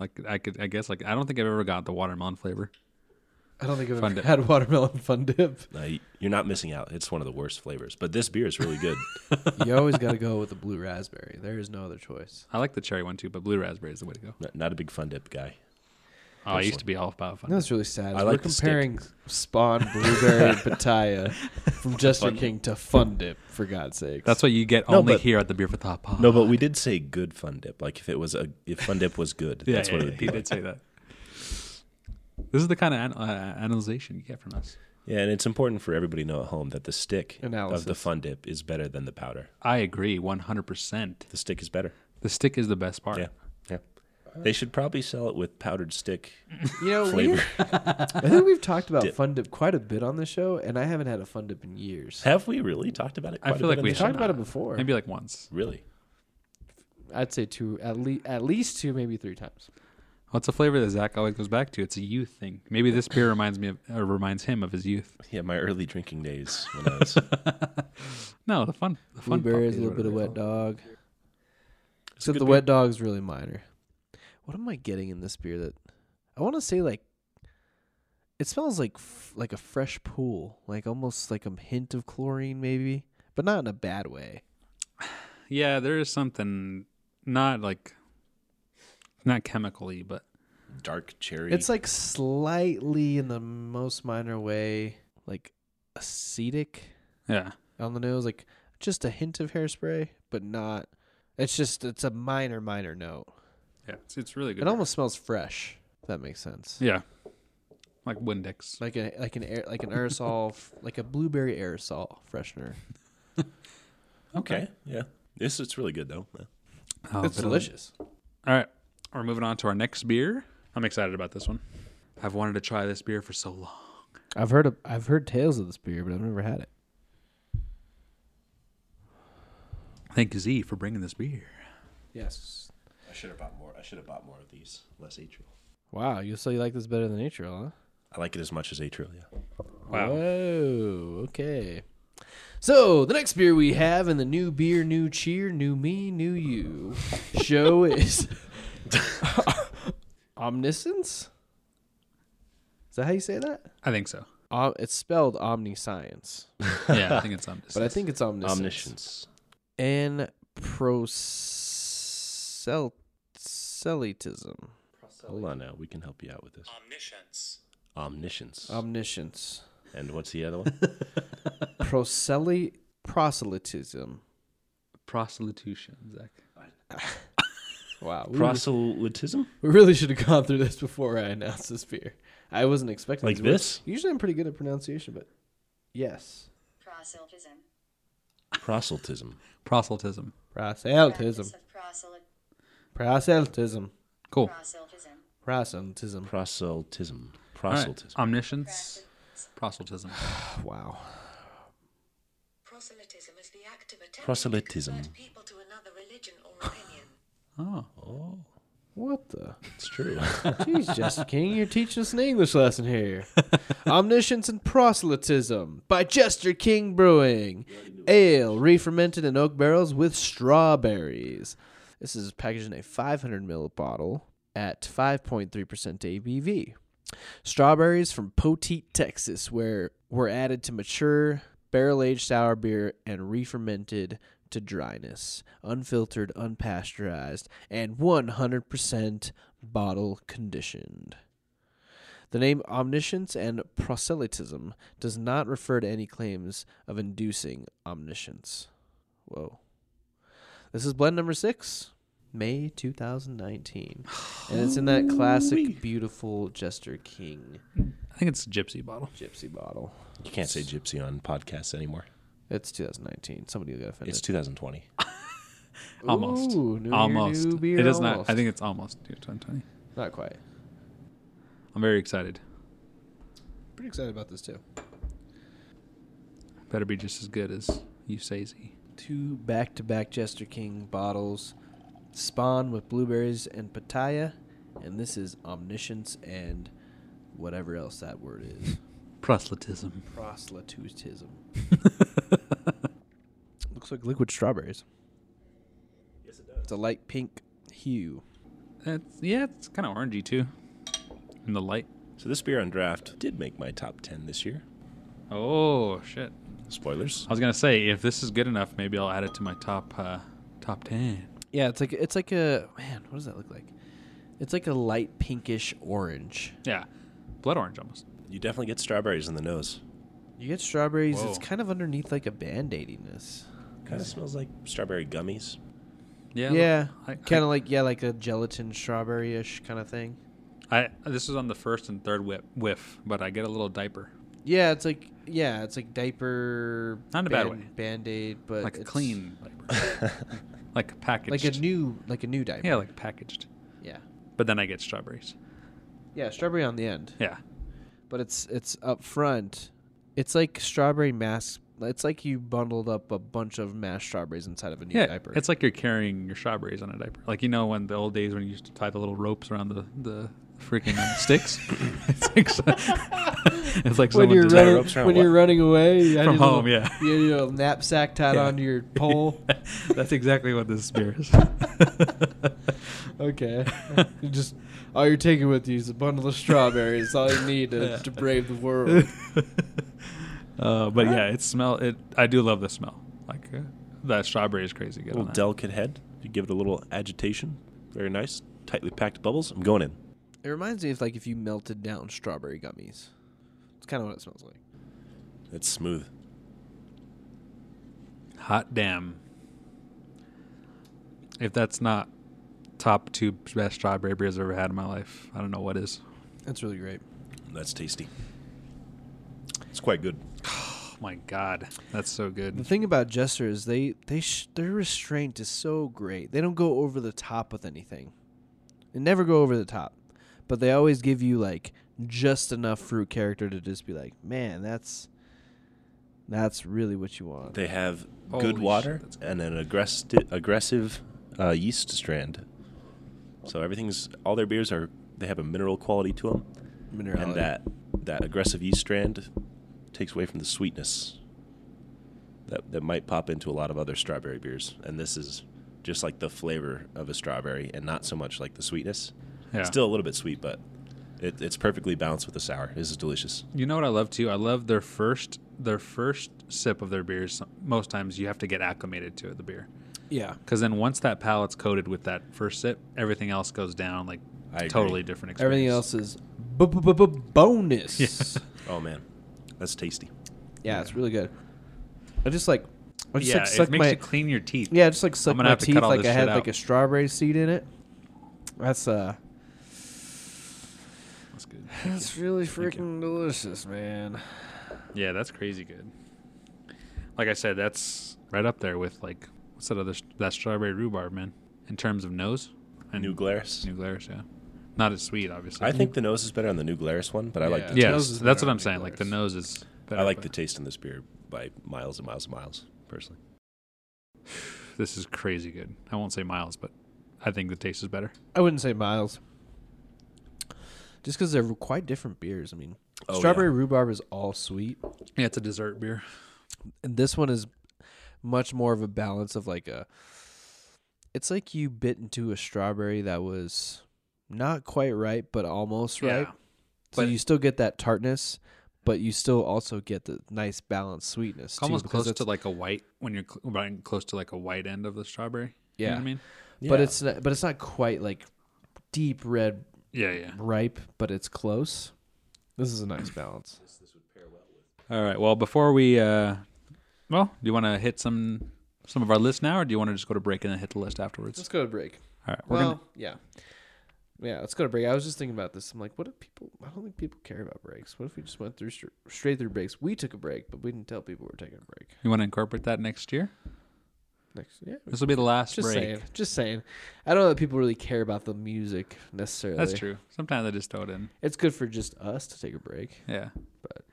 B: Like I could, I guess. Like I don't think I've ever got the watermelon flavor.
C: I don't think I've
B: Fun
C: ever
B: dip.
C: had watermelon fun dip.
A: Now, y- you're not missing out. It's one of the worst flavors, but this beer is really good.
C: [LAUGHS]
B: [LAUGHS]
C: you always got to go [LAUGHS] with the blue raspberry. There is no other choice.
B: I like the cherry one too, but blue raspberry is the way to go.
A: not, not a big fun dip guy.
B: Oh, I used to be all about fun.
C: No, it's really sad.
A: I
C: We're
A: like the stick.
C: comparing Spawn, [LAUGHS] Blueberry, and Pitaya from Jester King to Fun Dip, for God's sake.
B: That's what you get
A: No,
B: only
A: but-
B: here at the beer for thought pod.
A: No, but we did say good fun dip. Like if it was a if fun dip was good,
B: yeah,
A: that's
B: yeah,
A: what
B: yeah,
A: it would be.
B: he
A: like.
B: did say that. This is the kind of an, uh, analyzation you get from us.
A: Yeah, and it's important for everybody to know at home that the stick of the
C: Analysis.
A: fun dip is better than the powder.
B: I agree, one hundred percent.
A: The stick is better.
B: The stick is the best part.
A: Yeah, yeah. They should probably sell it with powdered stick
C: you know, we- [LAUGHS]
A: flavor.
C: I think we've talked about
A: Dip.
C: Fun Dip quite a bit on the show, and I haven't had a Fun Dip in years.
A: Have we really talked about it?
B: I
A: quite a
B: feel
A: bit
B: like
A: on
B: we
A: the
C: talked
A: show?
C: about it before.
B: Maybe like once.
A: really.
C: I'd say two, at, le- at least two, maybe three times.
B: What's a flavor that Zach always goes back to? It's a youth thing. Maybe this beer reminds me of, or reminds him of his youth. [LAUGHS]
A: Yeah, my early drinking days when [LAUGHS] I was.
B: No, the fun, the fun.
C: Blueberry
B: puppy
C: is a little bit of
B: whatever
C: wet
B: they call
C: dog.
A: a
C: Except
A: good
C: the wet dog is really minor. What am I getting in this beer that I want to say like It smells like f- like a fresh pool, like almost like a hint of chlorine, maybe, but not in a bad way.
B: Yeah, there is something not like not chemically, but
A: Dark cherry.
C: It's like slightly in the most minor way, like acetic
B: yeah.
C: on the nose, like just a hint of hairspray, but not. It's just it's a minor minor note.
B: Yeah. It's, it's really good.
C: It almost smells fresh. If that makes sense.
B: Yeah. Like Windex.
C: Like a like an air like an aerosol f- like a blueberry aerosol freshener.
A: okay. Yeah. This it's really good though. Yeah.
B: Oh,
C: it's
B: but-
C: delicious.
B: All right. We're moving on to our next beer. I'm excited about this one. I've wanted to try this beer for so long.
C: I've heard of, I've heard tales of this beer, but I've never had it.
B: Thank Z for bringing this beer.
C: Yes.
A: I should have bought more. I should have bought more of these. Less atrial.
C: Wow. You so you like this better than Atrial, huh?
A: I like it as much as atrial. Yeah.
B: Wow.
C: Whoa. Okay. So the next beer we have in the new beer, new cheer, new me, new you show is Omniscience. Is that how you say that?
B: I think so.
C: Om- it's spelled omniscience,
B: Yeah, I think
C: [LAUGHS]
B: it's omniscient.
C: but I think it's omniscience.
A: Omniscience.
C: And proselytism.
A: Hold on now. We can help you out with this.
D: Omniscience.
A: Omniscience.
C: Omniscience.
A: and what's the other [LAUGHS] one?
C: Prosely- proselytism.
B: prostitution, Zach.
C: Wow. We,
A: Proselytism.
C: we really should have gone through this before I announced this beer. I wasn't expecting
A: Like
C: these words.
A: this?
C: Usually I'm pretty good at pronunciation, but yes.
E: Proselytism.
A: Proselytism.
B: Proselytism.
C: Proselytism.
E: Practice of proselyt-
C: Proselytism.
B: Cool.
E: proselytism.
C: Proselytism.
A: Proselytism.
B: All right.
C: [SIGHS]
A: Proselytism.
B: Omniscience. Proselytism.
C: Wow.
F: Proselytism is the act of attempting
A: Proselytism.
F: to convert people to another religion or opinion.
B: Oh.
A: Oh,
C: What the?
A: it's true. [LAUGHS]
C: Jeez, Justin King, you're teaching us an English
A: [LAUGHS]
C: lesson here. Omniscience and Proselytism by Jester King Brewing. Ale, re-fermented in oak barrels with strawberries. This is packaged in a 500 ml bottle at 5.3% ABV. Strawberries from Poteet, Texas, where were added to mature barrel-aged sour beer and re-fermented to dryness, unfiltered, unpasteurized, and 100% bottle conditioned. The name omniscience and proselytism does not refer to any claims of inducing omniscience. Whoa. This is blend number six, May 2019. And it's in that classic, beautiful Jester King
B: I think it's a gypsy bottle.
C: gypsy bottle.
A: you can't say gypsy on podcasts anymore.
C: It's 2019. Somebody will get offended.
A: It's 2020.
B: Almost.
C: Ooh, new year,
B: almost.
C: new beer,
B: it is not.
C: almost.
B: I think it's almost year 2020.
C: not quite.
B: I'm very excited.
C: Pretty excited about this, too.
B: Better be just as good as you say Z.
C: two back to back Jester King bottles, Spawn with blueberries and pataya, and this is Omniscience and whatever else that word [LAUGHS] is.
B: Proselytism. [LAUGHS]
C: Proselytism. Looks like liquid strawberries.
A: Yes, it does.
C: It's a light pink hue.
B: It's, yeah, it's kind of orangey too. And the light.
A: So this beer on draft did make my top 10 this year.
B: Oh shit!
A: Spoilers.
B: I was gonna say if this is good enough, maybe I'll add it to my top uh, top ten.
C: Yeah, it's like it's like a man. What does that look like? It's like a light pinkish orange.
B: Yeah, blood orange almost.
A: You definitely get strawberries in the nose.
C: You get strawberries. It's
B: Whoa.
C: kind of underneath like a band aidiness.
A: Kind of smells like strawberry gummies.
B: Yeah,
C: Yeah,
B: I- I-
C: kind of like yeah, like a gelatin strawberry ish kind of thing.
B: I this is on the first and third whip, whiff, but I get a little diaper.
C: Yeah, it's like yeah, it's like diaper.
B: Not in a bad way.
C: Band aid, but
B: like a
C: it's
B: clean
C: [LAUGHS]
B: diaper, like packaged.
C: like a new, like a new diaper.
B: yeah, like packaged.
C: yeah,
B: But then I get strawberries.
C: yeah. Strawberry on the end,
B: Yeah,
C: but it's it's up front. It's like strawberry mask. It's like you bundled up a bunch of mashed strawberries inside of a new
B: yeah.
C: diaper.
B: It's like you're carrying your strawberries on a diaper. Like you know when the old
C: [LAUGHS]
B: days when you used to tie the little ropes around the the freaking sticks. it's like, [LAUGHS] it's like
C: when
B: someone
C: you're
B: did
A: running- tie
B: that
C: [LAUGHS]
A: ropes
C: running,
A: around
C: when
A: what?
C: you're
B: [LAUGHS]
C: running away
B: from
C: I did a little-
B: home. Yeah,
C: You had your little knapsack tied
B: Yeah.
C: on
B: [LAUGHS]
C: your pole.
B: that's exactly what this spear
C: [LAUGHS]
B: is. [LAUGHS]
C: Okay. You just all you're taking with you is a bundle of strawberries. all you need to, to brave
B: [LAUGHS]
C: the world.
B: uh, but yeah, it smell. It I do love the smell. Like uh, that strawberry is crazy good.
A: little
B: on that.
A: delicate head. You give it a little agitation. Very nice. Tightly packed bubbles. I'm going in.
C: It reminds me of like if you melted down strawberry gummies. It's kind of what it smells like.
A: It's smooth.
B: Hot damn! If that's not top two best strawberry beers I've ever had in my life, I don't know what is.
C: That's really great.
A: That's tasty. It's quite good.
B: Oh my god, that's so
C: The
B: good.
C: thing about Jester is they they sh- their restraint is so great. They don't go over the top with anything. They never go over the top, but they always give you like just enough fruit character to just be like, man, that's that's really what you want.
A: They have
B: Holy
A: good
B: shit,
A: water
B: that's
A: and an aggressive aggressive uh, yeast strand. So everything's all their beers are they have a mineral quality to them,
C: Minerality.
A: and that that aggressive yeast strand takes away from the sweetness that that might pop into a lot of other strawberry beers. And this is just like the flavor of a strawberry, and not so much like the sweetness.
B: Yeah.
A: Still a little bit sweet, but it, it's perfectly balanced with the sour. This is delicious.
B: You know what I love too? I love their first their first sip of their beers. Most times you have to get acclimated to the beer
C: yeah.
B: because then once that palate's coated with that first sip, everything else goes down like
A: I agree.
B: totally different. Experience.
C: Everything else is bu- bu- bu- bu- bonus. [LAUGHS] Yeah.
A: Oh man, that's tasty.
C: it's really good. I just like I just
B: yeah,
C: like
B: it
C: suck
B: makes
C: my
B: you clean your teeth.
C: yeah, I just like suck
B: gonna
C: my
B: have to cut
C: teeth
B: all
C: like
B: this
C: I had
B: shit
C: like
B: out.
C: a strawberry seed in it. That's uh
B: that's good.
C: that's really
B: Thank you.
C: freaking delicious, man.
B: Yeah, that's crazy good. Like I said, that's right up there with like what's that other that strawberry rhubarb man in terms of nose and
A: New Glarus.
B: New Glarus, yeah, not as sweet obviously.
A: I think the nose is better on the New Glarus one, but I like the
C: Yeah.
B: yes,
C: nose is
B: that's
C: better
B: what
C: on
B: I'm
C: New
B: saying. Like the nose is. Better,
A: I like
B: but-
A: the taste in this beer by miles and miles and miles, personally.
B: This is crazy good. I won't say miles, but I think the taste is better.
C: I wouldn't say miles. Just because they're quite different beers. I mean,
A: Oh, yeah.
C: strawberry rhubarb is all sweet,
B: Yeah, it's a dessert beer.
C: and this one is much more of a balance of like a. It's like you bit into a strawberry that was not quite ripe, but almost ripe.
B: Yeah.
C: So
B: But-
C: you still get that tartness, but you still also get the nice balanced sweetness.
B: It's almost
C: too, because
B: close to
C: it's-
B: like a white when you're cl- right close to like a white end of the strawberry. You know what
C: Yeah.
B: I mean?
C: but
A: Yeah.
C: it's not, but it's not quite like deep red
B: Yeah, yeah.
C: ripe, but it's close. This is a nice balance.
B: All right. Well, before we, uh well, do you want to hit some some of our list now, or do you want to just go to break and then hit the list afterwards?
C: Let's go to break.
B: All right. We're
C: Well,
B: gonna,
C: yeah. Yeah, let's go to break. I was just thinking about this. I'm like, what if people? I don't think people care about breaks. What if we just went through str- straight through breaks? We took a break, but we didn't tell people we're taking a break.
B: you want to incorporate that next year?
C: Next, yeah,
B: This will be the last
C: just
B: break.
C: saying, just saying. I don't know that people really care about the music necessarily.
B: That's true. Sometimes I just throw it in.
C: It's good for just us to take a break.
B: Yeah.
C: But-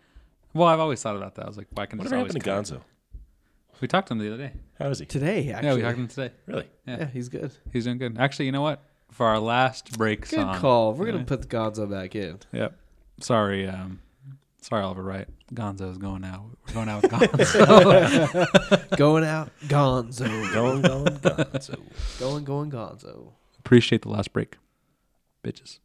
B: Well, I've always thought about that. I was like, why can
A: Whatever
B: always
A: happened to
B: cut?
A: Gonzo?
B: We talked to him the other day.
A: How is he?
C: Today, actually,
B: Yeah, we talked to him today.
A: Really?
B: Yeah.
C: Yeah, he's good.
B: He's doing good. Actually, you know what? For our last break
C: Good
B: song.
C: call. We're gonna put the Gonzo back in.
B: Yep. Sorry, um, sorry, Oliver Wright. Gonzo's going out. We're going
C: [LAUGHS]
B: out with Gonzo.
C: Going out,
B: [LAUGHS]
C: Gonzo.
A: Gone, gone, Gonzo.
C: going, going, Gonzo.
B: Appreciate the last break, bitches.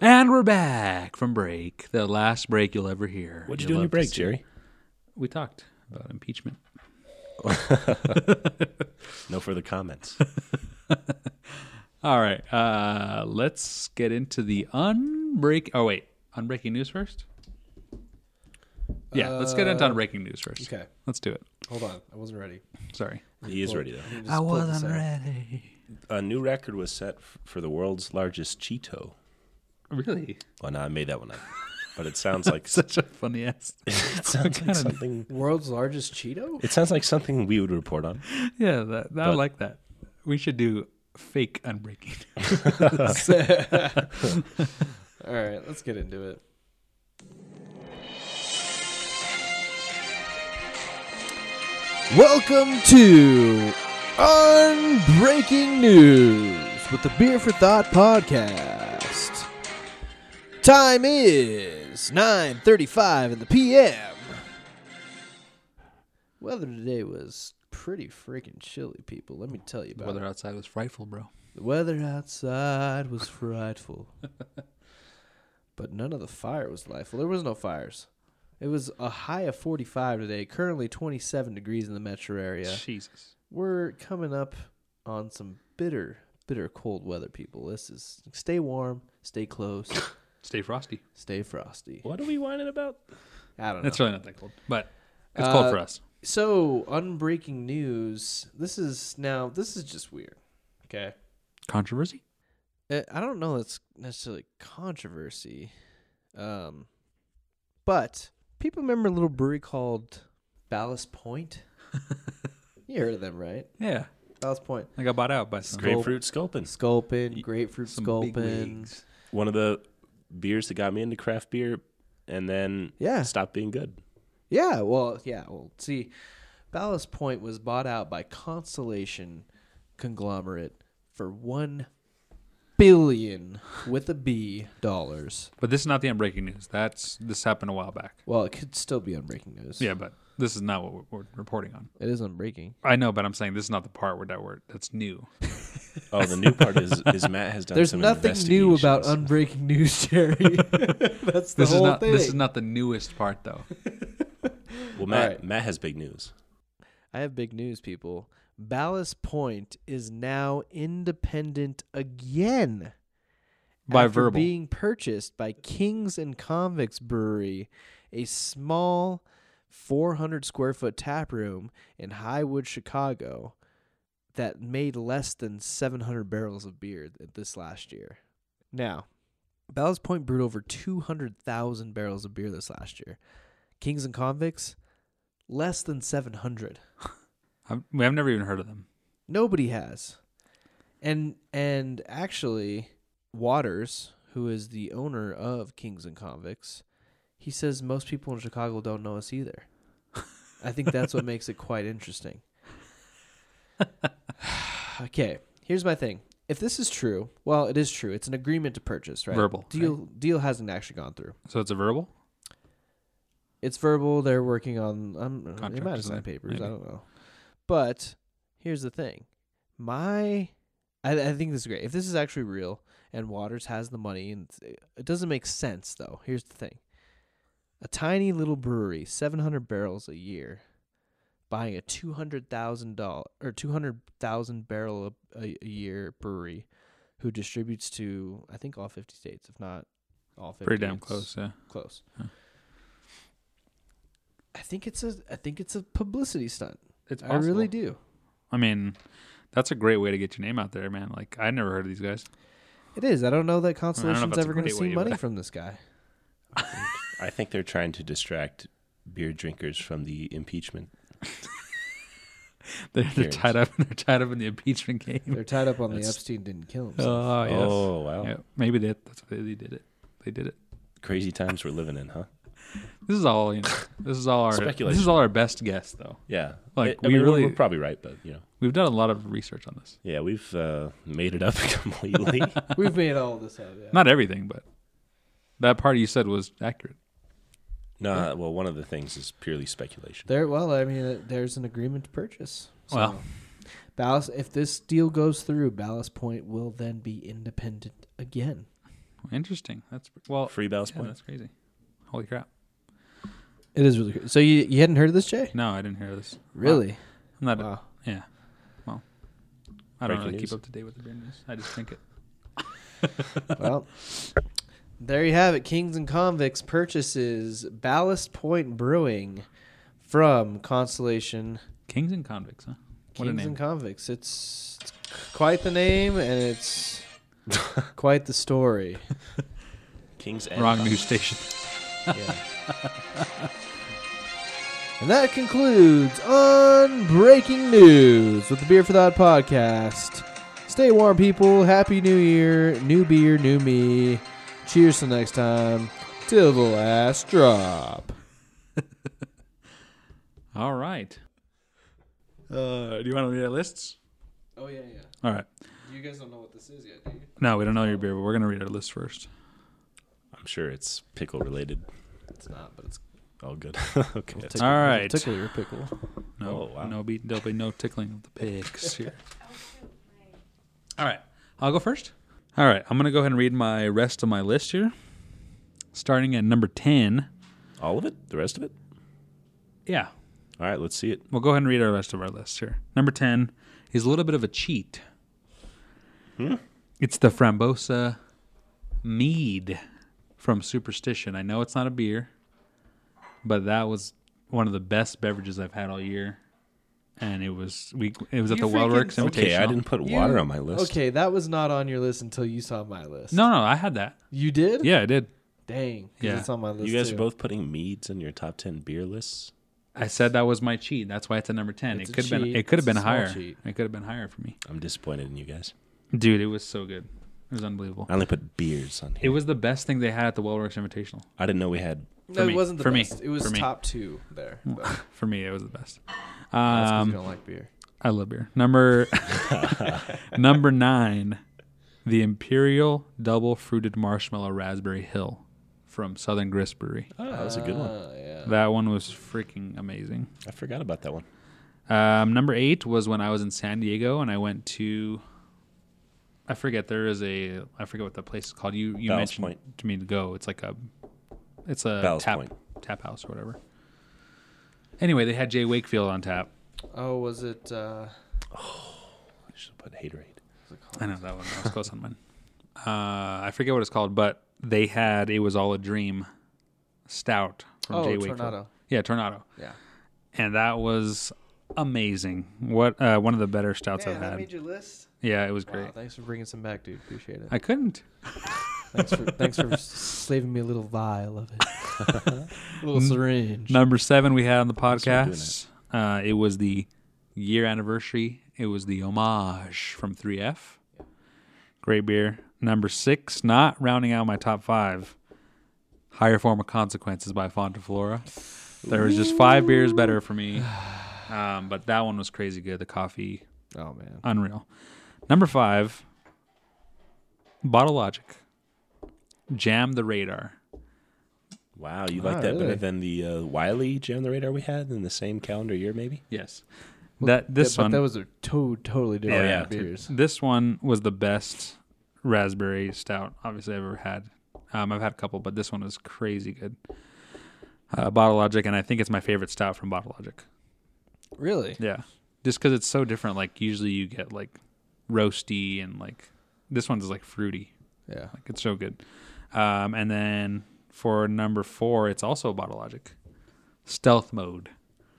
B: And we're back from break. The last break you'll ever hear.
A: What'd you do on
B: You'll
A: your
B: love to
A: break,
B: see.
A: Jerry?
B: We talked about impeachment.
A: No further [LAUGHS] comments.
B: All right. Uh, let's get into the unbreak. Oh wait, unbreaking news first. Yeah, let's get into unbreaking news first.
C: okay.
B: Let's do it.
C: Hold on, I wasn't ready.
B: Sorry.
A: He is ready though.
C: Just pull this out.
B: ready.
A: a new record was set f- for the world's largest Cheeto.
B: Really? [LAUGHS]
A: Well, no, I made that one up, but it sounds [LAUGHS] like,
B: Such a funny ass.
A: it sounds like
B: kinda-
A: something.
C: World's largest Cheeto?
A: It sounds like something we would report on.
B: Yeah, that, I like that. We should do fake unbreaking.
C: All right, let's get into it. Welcome to Unbreaking News with the Beer for Thought podcast. Time is 9:35 in the p.m. Weather today was pretty freaking chilly, people. Let me tell you
B: The
C: about it.
B: weather outside was frightful, bro.
C: The weather outside
A: [LAUGHS]
C: was frightful. but none of the fire was life. Well, There was no fires. It was a high of 45 today, currently 27 degrees in the metro area.
B: Jesus.
C: We're coming up on some bitter, bitter cold weather, people. This is stay warm,
A: [COUGHS]
C: stay close,
B: Stay frosty.
C: stay frosty.
A: What are we whining about?
C: I don't know.
B: It's really not that cold, but it's cold
C: Uh,
B: for us.
C: So, unbreaking news. This is now, this is just weird. Okay.
B: Controversy?
C: Uh, I don't know that's necessarily controversy. Um, but people remember a little brewery called
B: [LAUGHS]
C: Ballast Point. you heard of them, right?
B: Yeah.
C: Ballast Point.
B: I got bought out by some
A: Grapefruit Sculpin.
C: Sculpin, grapefruit
B: some big
C: sculpin.
B: wigs.
A: One of the beers that got me into craft beer, and then
C: Yeah.
A: stopped being good.
C: Yeah, well, yeah, well, see, Ballast Point was bought out by Constellation Conglomerate for one billion with a B dollars.
B: But this is not the unbreaking news. That's this happened a while back.
C: Well, it could still be on breaking news.
B: Yeah, but this is not what we're, we're reporting on.
C: it is on breaking.
B: I know, but I'm saying this is not the part where that word that's new.
A: Oh, the new part is, is Matt has done.
C: There's
A: some
C: nothing new about
A: investigations.
C: unbreaking news, Jerry. That's the
B: [LAUGHS] This is
C: whole
B: not
C: thing.
B: this is
C: [LAUGHS]
B: not the newest part though.
A: well, Matt
C: Alright.
A: Matt has big news.
C: I have big news, people. Ballast Point is now independent again.
B: By
C: after
B: verbal.
C: being purchased by Kings and Convicts Brewery, a small 400 square foot tap room in Highwood, Chicago, that made less than 700 barrels of beer th- this last year. Now, Ballast Point brewed over 200,000 barrels of beer this last year. Kings and Convicts, less than 700.
B: I've, I've never even heard of them.
C: Nobody has. And and actually Waters, who is the owner of Kings and Convicts, he says most people in Chicago don't know
B: [LAUGHS]
C: us either. I think that's what makes it quite interesting. [SIGHS] okay, here's my thing. If this is true, well, it is true. It's an agreement to purchase, right?
B: Verbal, right?
C: Deal deal hasn't actually gone through.
B: So it's a verbal.
C: It's verbal. They're working on. Um, they
B: Contract
C: might
B: or
C: have signed
B: something,
C: papers. I
B: maybe.
C: don't know. But here's the thing. My, I, I think this is great. If this is actually real and Waters has the money, and it doesn't make sense though. Here's the thing. A tiny little brewery, 700 barrels a year, buying a 200,000 dollar or 200,000 barrel a, a, a year brewery, who distributes to I think all 50 states, if not all 50.
B: Pretty damn
C: it's-
B: close. Yeah.
C: close.
B: Huh.
C: I think it's a I think it's a publicity stunt.
B: It's
C: I really do.
B: I mean, that's a great way to get your name out there, man. Like I never heard of these guys. [LAUGHS]
C: It is. I don't know that Constellation's
B: that's a
C: ever going to
B: great
C: see
B: way,
C: money
B: but-
C: from this [LAUGHS] guy.
A: I think they're trying to distract beer drinkers from the impeachment.
B: They're, they're
A: Curious.
B: tied up. [LAUGHS] They're tied up in the impeachment game.
C: [LAUGHS] They're tied up on the
A: That's-
C: Epstein didn't kill himself.
B: Oh yes.
A: Oh wow,
B: Yeah, maybe that, that's why they did it. They did it.
A: crazy times we're living in, huh?
B: This is all. You know, this is all our.
A: Speculation.
B: This is all our best guess, though.
A: Yeah,
B: Like,
A: I
B: we
A: mean, we're-
B: really-
A: we're probably right, but you know,
B: We've done a lot of research on this.
A: yeah, we've uh, made it up [LAUGHS] completely.
C: [LAUGHS] We've made all this up. Yeah.
B: Not everything, but that part you said was accurate.
A: no, well, one of the things is purely speculation.
C: There. Well, I mean, uh, there's an agreement to purchase. So
B: Well.
C: Ballast. If this deal goes through, Ballast Point will then be independent again.
B: Interesting. That's well.
A: Free Ballast
B: yeah,
A: Point.
B: that's crazy. Holy crap!
C: It is really. So you you hadn't heard of this, Jay?
B: No, I didn't hear this.
C: Really?
B: I'm not.
C: Wow.
B: Yeah. Well, I don't
A: Breaking
B: really
A: news.
B: keep up to date with the beer news. I just think it.
C: well, there you have it. Kings and Convicts purchases Ballast Point Brewing from Constellation
B: Kings and convicts, huh? What a
C: Kings
B: name.
C: and Convicts. It's, it's Quite the name,
B: [LAUGHS]
C: and it's quite the story.
A: King's End.
B: Wrong news station.
C: [LAUGHS] And that concludes Unbreaking News with the Beer for Thought podcast. Stay warm, people. Happy New Year. New beer, new me. Cheers till next time. Till the last drop.
B: All right. Uh, do you want to read our lists?
C: Oh, yeah, yeah.
B: All right.
C: You guys don't know what this is yet, do you?
B: No, we don't know your beer, but we're gonna read our list first.
A: I'm sure it's pickle related.
C: It's not, but it's
A: All good. [LAUGHS] okay.
C: tickle,
B: All right.
C: Tickle your pickle.
B: [LAUGHS] No,
A: Oh, wow.
B: no, be, there'll be no tickling of the
A: [LAUGHS]
B: pigs here. All right, I'll go first. All right, I'm gonna go ahead and read my rest of my list here, starting at number ten.
A: All of it? The rest of it?
B: Yeah,
A: All right, let's see it.
B: we'll go ahead and read our rest of our list here. Number ten is a little bit of a cheat.
C: Hmm.
B: It's the Frambosa Mead from Superstition. I know it's not a beer, but that was one of the best beverages I've had all year. And it was we it was at
C: You
B: the Wellworks
C: freaking-
B: Invitational.
A: Okay, I didn't put water
C: You-
A: on my list.
C: Okay, that was not on your list until you saw my list.
B: No, no, I had that.
C: You did?
B: Yeah, I did.
C: Dang. 'cause
B: Yeah.
C: It's on my list.
A: You guys
C: too.
A: are both putting meads in your top 10 beer lists?
B: I said that was my cheat. That's why it's at number ten.
C: It's
B: it
C: a
B: could have been.
C: cheat.
B: It could have
C: It's
B: been
C: a small
B: higher.
C: cheat.
B: It could have been higher for me,
A: I'm disappointed in you guys.
B: dude. It was so good. It was unbelievable.
A: I only put beers on
B: It
A: here.
B: was the best thing they had at the Wellworks Invitational.
A: I didn't know we had.
C: No,
B: for me-
C: it wasn't the
B: for me,
C: best. It was
B: for me.
C: top two there. but that's
B: For me, it was the best.
C: 'cause you
B: Um,
C: don't like beer.
B: I love beer. Number [LAUGHS] number nine, the Imperial Double Fruited Marshmallow Raspberry Hill from Southern Grist Brewery.
A: Oh, that was a good one.
C: Uh, yeah.
B: That one was freaking amazing.
A: I forgot about that one.
B: Um, number eight was when I was in San Diego and I went to. I forget there is a I forget what the place is called. You you
A: Ballast
B: mentioned
A: Point.
B: to me to go. It's like a, it's a
A: Ballast
B: tap
A: Point.
B: tap house or whatever. Anyway, they had Jay Wakefield on tap.
C: Oh, was it? Uh,
A: I should have put haterade.
B: I know that one. I was close on mine. [LAUGHS] Uh, I forget what it's called, but they had it was all a dream, stout from
C: Oh,
B: Jay Wakefield.
C: Tornado.
B: Yeah, tornado,
C: yeah.
B: and that was amazing. What uh, one of the better stouts I've had.
C: your list.
B: yeah, it was
C: Wow,
B: great.
C: thanks for bringing some back, dude. Appreciate it.
B: I couldn't.
C: thanks for thanks for s- slaving me a little vial
B: [LAUGHS]
C: of it, a little syringe.
B: Number seven we had on the
A: we're doing
B: podcast. Uh, it was the year anniversary. It was the homage from 3F. Great beer. Number six, not rounding out my top five, Higher Form of Consequences by Fontaflora. There was just five beers better for
C: [SIGHS]
B: me. Um, but that one was crazy good. The coffee,
C: Oh man,
B: unreal. Number five, Bottle Logic. Jam the Radar.
A: Wow, you like
C: Wow,
A: that better
C: really?
A: than the uh, Wiley Jam the Radar we had in the same calendar year, maybe?
B: Yes. That this
C: but
B: one
C: that was a to- totally different
A: yeah.
C: beers.
B: This one was the best raspberry stout, obviously, I've ever had. Um, I've had a couple, but this one was crazy good. Uh, Bottle Logic, and I think it's my favorite stout from Bottle Logic.
C: Really?
B: Yeah. Just because it's so different. Like, usually you get like roasty and like this one's like fruity.
C: Yeah.
B: Like, it's so good. Um, and then for number four, it's also Bottle Logic Stealth Mode.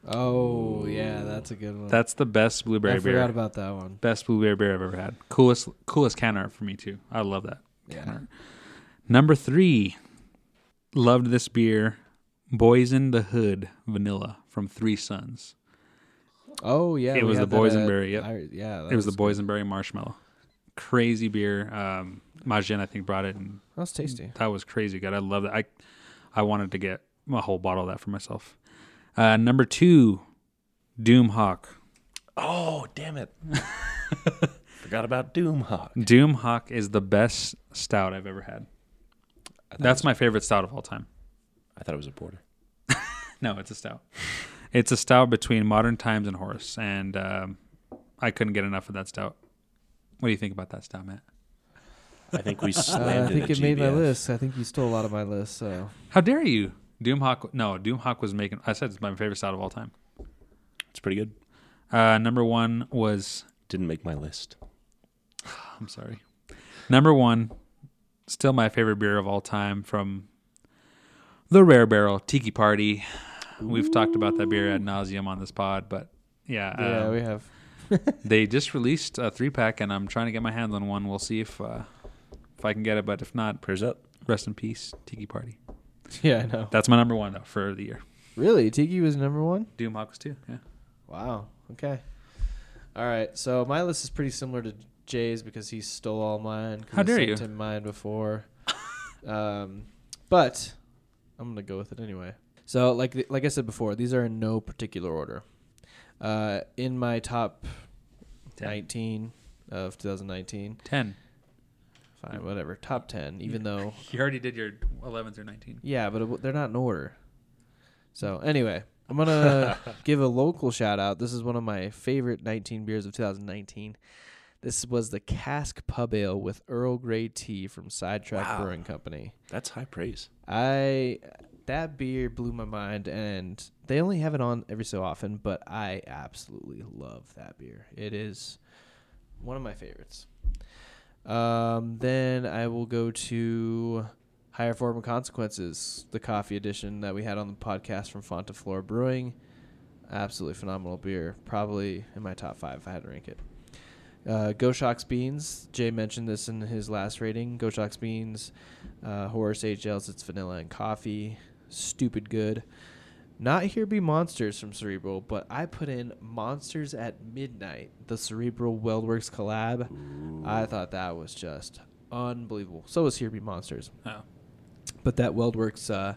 C: Oh yeah, that's a good one.
B: That's the best blueberry
C: I
B: beer.
C: forgot about that one.
B: Best blueberry beer I've ever had. Coolest coolest can art for me too. I love that can
C: Yeah.
B: art. Number three, loved this beer, Boys in the Hood Vanilla from Three Sons.
C: Oh yeah,
B: It
C: we
B: was
C: had
B: the
C: that
B: boysenberry,
C: at-
B: yep.
C: I- yeah, that
B: it was, the boysenberry marshmallow. Crazy beer. Um, Majin I think brought it, and
C: That was tasty.
B: that was crazy good. I love that. I I wanted to get a whole bottle of that for myself. Uh, number two, Doomhawk.
A: Oh, damn
C: [LAUGHS]
A: it. forgot about Doomhawk.
B: Doomhawk is the best stout I've ever had. That's my favorite stout of all time.
A: I thought it was a porter.
B: No, it's a stout. It's a stout between modern times and Horace, and um, I couldn't get enough of that stout. What do you think about that stout, Matt?
A: I think we
C: [LAUGHS] Uh,
A: slammed
C: I
A: into
C: think it made my
A: GBF.
C: list. I think you stole a lot of my list. So
B: How dare you? Doomhawk? No, Doomhawk was making. I said it's my favorite stout of all time.
A: It's pretty good.
B: Uh, number one was.
A: Didn't make my list.
B: I'm sorry. Number one, still my favorite beer of all time from the Rare Barrel Tiki Party. We've talked about that beer ad nauseum on this pod, but yeah,
C: yeah,
B: um,
C: we have [LAUGHS]
B: they just released a three pack, and I'm trying to get my hands on one. We'll see if uh, if I can get it, but if not,
A: Prayers up.
B: rest in peace, Tiki Party.
C: yeah, I know.
B: That's my number one though for the year.
C: Really, Tiki was number one.
B: Doom Hawks too. Yeah.
C: Wow. Okay. All right. So my list is pretty similar to Jay's because he stole all mine. 'cause
B: How
C: I
B: dare
C: sent
B: you.
C: Him mine before. [LAUGHS] um, but I'm gonna go with it anyway. So like th- like I said before, these are in no particular order. Uh, in my top
B: Ten.
C: 19 of 2019,
B: Ten.
C: fine, whatever, top 10. Even though,
B: You already did your 11 through 19.
C: yeah, but it, they're not in order. So anyway, I'm gonna give a local shout out. This is one of my favorite 19 beers of 2019. This was the Cask Pub Ale with Earl Grey tea from Sidetrack
A: Wow.
C: Brewing Company.
A: That's high praise.
C: I that beer blew my mind, and they only have it on every so often, but I absolutely love that beer. It is one of my favorites. Um, then I will go to Higher Form of Consequences, the coffee edition that we had on the podcast from Fonta Flora Brewing. Absolutely phenomenal beer. Probably in my top five if I had to rank it. Uh, Goshox Beans. Jay mentioned this in his last rating. Goshox Beans, uh, Horace H. L's. It's vanilla and coffee. Stupid good. Not Here Be Monsters from Cerebral, but I put in Monsters at Midnight, the Cerebral Weldworks collab. I thought that was just unbelievable. So was Here Be Monsters.
B: Oh.
C: But that Weldworks uh,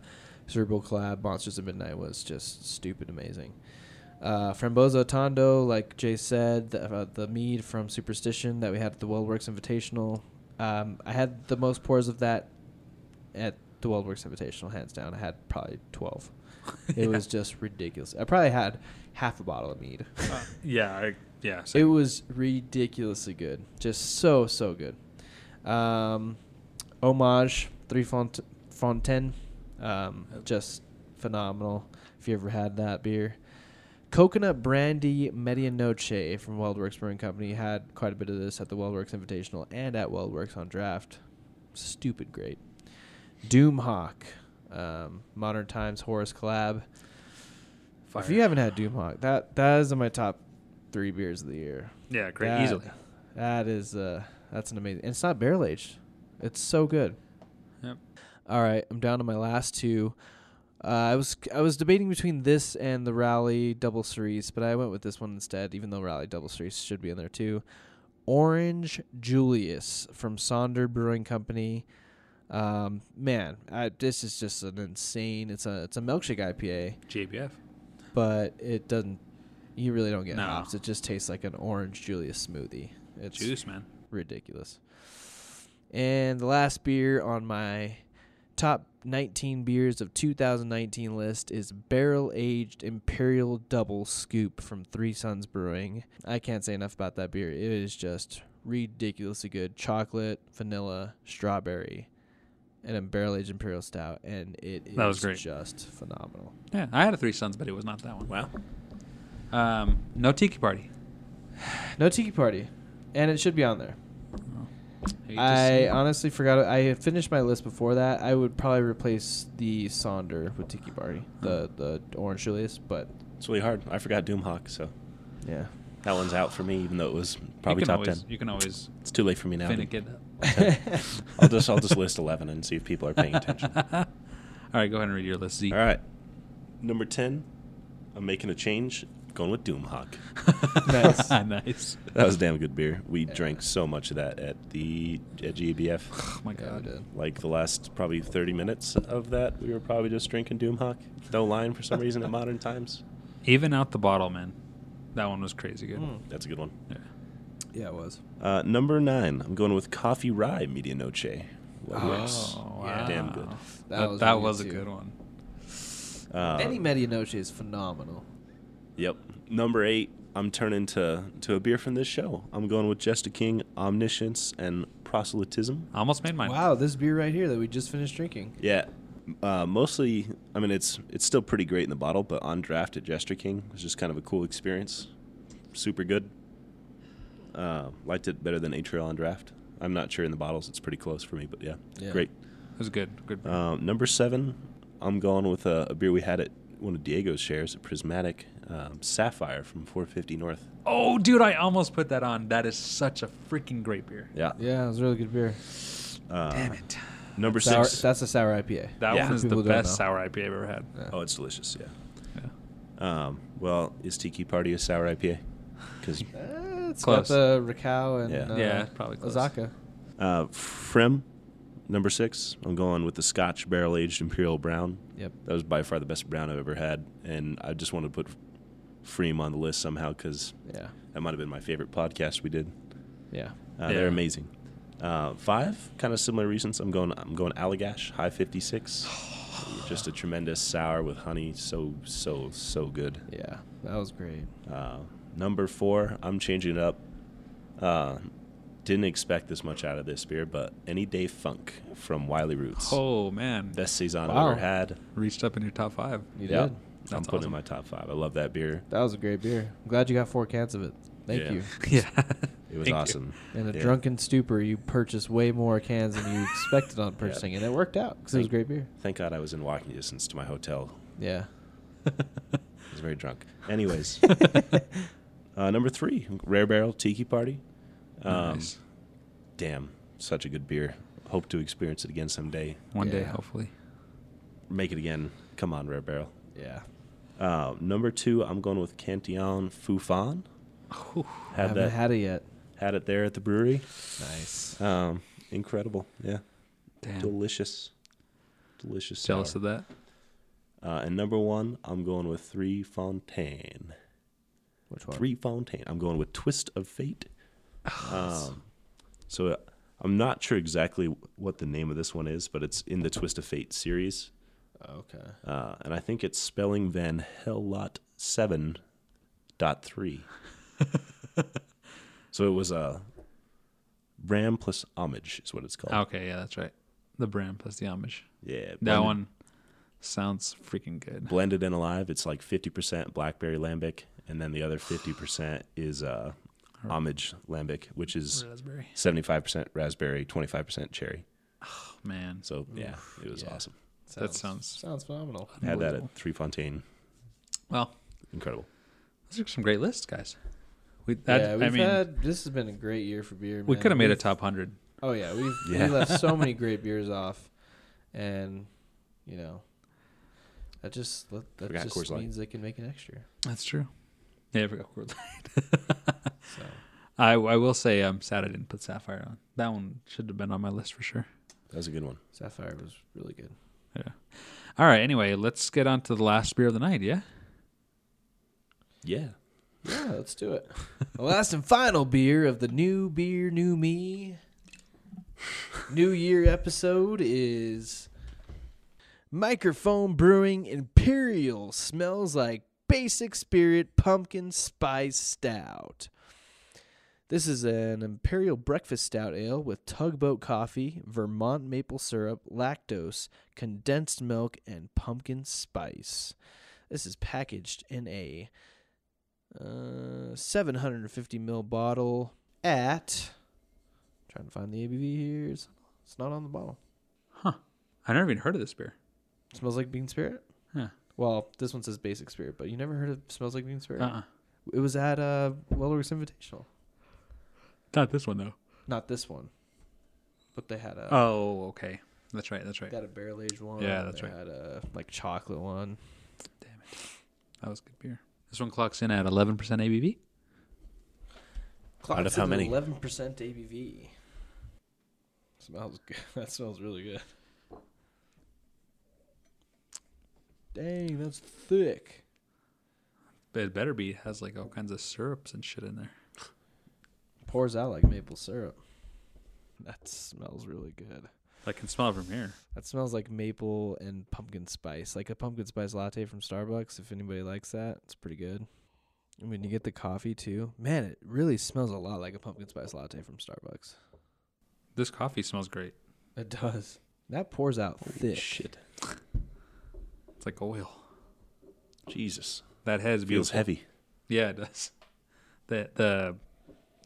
C: Cerebral Collab Monsters of Midnight was just stupid amazing. Uh, Framboza Tondo, like Jay said, the, uh, the mead from Superstition that we had at the Weldworks Invitational. Um, I had the most pours of that at the Weldworks Invitational, hands down. I had probably
B: [LAUGHS]
C: 12. It was just ridiculous. I probably had half a bottle of mead.
B: Uh, yeah.
C: [LAUGHS]
B: I, yeah.
C: Oh. It was ridiculously good. Just so so good. Um, homage three font fontaine, um,
B: Yep.
C: just phenomenal. If you ever had that beer, coconut brandy medianoche from Weldworks Brewing Company had quite a bit of this at the Weldworks Invitational and at Weldworks on draft. Stupid great. Doomhawk, um, Modern Times Horus collab. If you haven't had Doomhawk, that that is in my top three beers of the year.
B: Yeah, great.
C: That-
B: Easily.
C: That is uh that's an amazing and it's not barrel aged. It's so good.
B: Yep.
C: All right, I'm down to my last two. Uh, I was I was debating between this and the Rally Double Cerise, but I went with this one instead, even though Rally Double Cerise should be in there too. Orange Julius from Sonder Brewing Company. Um, man, I, this is just an insane. It's a it's a milkshake IPA
B: JBF.
C: but it doesn't. You really don't get
B: No.
C: hops. It just tastes like an orange Julius smoothie. It's
B: Juice, man.
C: ridiculous. And the last beer on my top 19 beers of 2019 list is Barrel Aged Imperial Double Scoop from Three Suns Brewing. I can't say enough about that beer. It is just ridiculously good. Chocolate, vanilla, strawberry, and a barrel aged imperial stout, and it is
B: That was great.
C: just phenomenal.
B: Yeah. I had a Three Sons, but it was not that one.
A: Wow.
B: Um, no Tiki Party.
C: No tiki party, and it should be on there.
B: Hate to see
C: I
B: it.
C: honestly forgot. I had finished my list before that. I would probably replace the Sonder with Tiki Party,
B: Hmm.
C: the the Orange Julius, but
A: It's really hard. I forgot Doomhawk, so
C: yeah.
A: that one's out for me, even though it was probably
B: you can
A: top
B: always,
A: ten.
B: You can always
A: It's too late for me now. to-
B: finnick it.
C: [LAUGHS]
A: I'll just I'll just
B: [LAUGHS]
A: list eleven and see if people are paying attention.
B: All right, go ahead and read your list, Z.
A: All
B: [LAUGHS]
A: right. Number 10, I'm making a change. Going with Doomhawk.
C: Nice.
B: [LAUGHS] nice.
A: That was damn good beer. We drank so much of that at the at GBF.
B: Oh [SIGHS] my
C: Yeah, I
B: god.
C: did.
A: Like the last probably 30 minutes of that, we were probably just drinking Doomhawk. No line for some reason at modern times.
B: Even out the bottle, man. That one was crazy good.
C: Mm.
A: That's a good one.
B: Yeah.
C: Yeah, it was.
A: Uh, number nine, I'm going with Coffee Rye Media Noche. What works?
B: Oh,
A: Yeah, damn
B: wow.
A: good.
B: That,
C: That was
B: that
C: really
B: was a
C: good too.
B: good one.
A: Uh,
C: Any Medianoche is phenomenal.
A: Yep. Number eight, I'm turning to to a beer from this show. I'm going with Jester King, Omniscience, and Proselytism.
B: I almost made mine.
C: Wow, this beer right here that we just finished drinking.
A: Yeah. Uh, mostly, I mean, it's it's still pretty great in the bottle, but on draft at Jester King was just kind of a cool experience. Super good. Uh, liked it better than Atrial on draft. I'm not sure in the bottles; it's pretty close for me, but yeah,
C: Yeah.
A: great. Uh,
B: It was good. Good.
A: Um, number seven, I'm going with a, a beer we had at one of Diego's shares, a prismatic um, sapphire from 450 North.
B: Oh, dude, I almost put that on. That is such a freaking great beer.
A: Yeah. Uh,
C: Yeah, it was a really good beer.
B: Damn it.
A: Number
C: Sour,
A: six.
C: that's a sour IPA.
B: That
A: Yeah.
B: one is the
C: People don't
B: best
C: know.
B: sour IPA I've ever had.
A: oh, it's delicious. Yeah. Um, well, is Tiki Party a sour IPA? Because
C: Uh, it's
B: Close.
C: got the Rakow and
A: Yeah.
C: uh,
B: Yeah, probably close.
C: Azaka.
A: uh, Frem, number six. I'm going with the Scotch barrel aged Imperial Brown.
C: Yep.
A: That was by far the best brown I've ever had, and I just wanted to put Freem on the list somehow because
C: Yeah.
A: that might have been my favorite podcast we did.
C: Yeah.
A: Uh, They're
B: Yeah.
A: amazing. Uh, five, kind of similar reasons. I'm going. I'm going Allagash High
C: [SIGHS]
A: 56. Just a tremendous sour with honey. So so so good.
C: Yeah. That was great.
A: Uh, number four, I'm changing it up. Uh, didn't expect this much out of this beer, but any day funk from Wiley Roots.
B: Oh, man. That
A: Best saison
C: Wow.
A: I've ever had.
B: reached up in your top five.
C: You
A: Yeah.
C: did.
A: I'm
B: That's
A: putting it in
B: awesome.
A: my top five. I love that beer.
C: That was a great beer. I'm glad you got four cans of it. Thank
A: Yeah.
C: you.
B: [LAUGHS] Yeah.
A: It was
B: Thank you.
A: awesome.
C: In a
A: Yeah.
C: drunken stupor, you purchased way more cans than
A: [LAUGHS]
C: you expected on purchasing, and it worked out because it was
A: Thank-
C: great beer.
A: Thank God I was in walking distance to my hotel.
C: Yeah.
A: I was very drunk.
C: [LAUGHS]
A: Anyways, uh, number three, Rare Barrel Tiki Party. Um,
B: Nice.
A: Damn, such a good beer. Hope to experience it again someday.
B: One day,
C: Yeah.
B: hopefully.
A: Make it again. Come on, Rare Barrel.
C: Yeah.
A: Uh, number two, I'm going with Cantillon Foufan.
C: I
A: Had
C: haven't
A: that, had,
C: had it yet.
A: it there at the brewery.
C: Nice.
A: Um, incredible, yeah,
B: Damn.
A: delicious, delicious.
B: Jealous
A: sour.
B: of that.
A: Uh, and number one, I'm going with Three Fontaine.
C: Which one?
A: Three Fontaine. I'm going with Twist of [SIGHS] Fate. Um, so uh, I'm not sure exactly what the name of this one is, but it's in the Twist of Fate series,
C: Okay.
A: uh, and I think it's spelling Van Hellot seven dot three. so it was a uh, Bram plus homage is what it's called.
B: Okay, yeah, that's right. The Bram plus the Amish.
A: Yeah,
B: Oh, That
A: blended-
B: one sounds freaking good.
A: blended and alive. It's like fifty percent blackberry lambic, and then the other fifty percent is uh, homage lambic, which is
B: Raspberry.
A: seventy-five percent raspberry, twenty-five percent cherry.
B: Oh, Man,
A: So yeah, it was
C: yeah.
A: awesome.
B: that sounds.
C: Sounds phenomenal.
A: Had that
B: Unbelievable.
A: at Three Fontaine.
B: Well,
A: Incredible.
B: those are some great lists, guys. We, that,
C: yeah, we've
B: I mean,
C: had. This has been a great year for beer.
B: we
C: man.
B: could have made a
C: We've-
B: top 100.
C: Oh yeah, we've
A: Yeah.
C: we left
A: [LAUGHS]
C: so many great beers off, and you know, that just that, that
A: Forgot
C: just
A: Coors Light.
C: means they can make an extra.
B: That's true. Yeah, I forgot Coors Light.
C: So
B: [LAUGHS] I, I will say I'm sad I didn't put Sapphire on. That one should have been on my list for sure.
A: That was a good one.
C: Sapphire was really good.
B: Yeah. All right. Anyway, let's get on to the last beer of the night. Yeah.
A: Yeah.
C: Yeah, let's do it. The last and final beer of the new beer, new me, new year episode is Microphone Brewing Imperial smells like basic spirit pumpkin spice stout. This is an imperial breakfast stout ale with tugboat coffee, Vermont maple syrup, lactose, condensed milk, and pumpkin spice. This is packaged in a uh, 750 ml bottle at. Trying to find the ABV here. It's, it's not on the bottle.
B: I never even heard of this beer.
C: Smells like bean spirit.
B: Huh.
C: Well, this one says basic spirit, but you never heard of smells like bean spirit.
B: Uh-uh.
C: It was at uh, Wellworks Invitational.
B: Not this one though.
C: Not this one, but they had a
B: Oh, okay. That's right. That's right.
C: they had a barrel aged one.
B: Yeah, that's
C: they
B: right.
C: Had a like chocolate one.
B: Damn it. That was good beer. This one clocks in at 11% ABV.
A: Out of how many?
C: Eleven percent ABV. Smells good. [LAUGHS] That smells really good. Dang, that's thick.
B: But it better be. It has like all kinds of syrups and shit in there.
C: Pours out like maple syrup. That smells really good.
B: I can smell it from here.
C: That smells like maple and pumpkin spice, like a pumpkin spice latte from Starbucks. If anybody likes that, it's pretty good. I mean, you get the coffee too. Man, it really smells a lot like a pumpkin spice latte from Starbucks.
B: This coffee smells great.
C: It does. That pours out thick.
A: Shit.
B: It's like oil.
A: Jesus.
B: That head is
A: Feels
B: beautiful.
A: heavy.
B: Yeah, it does. The the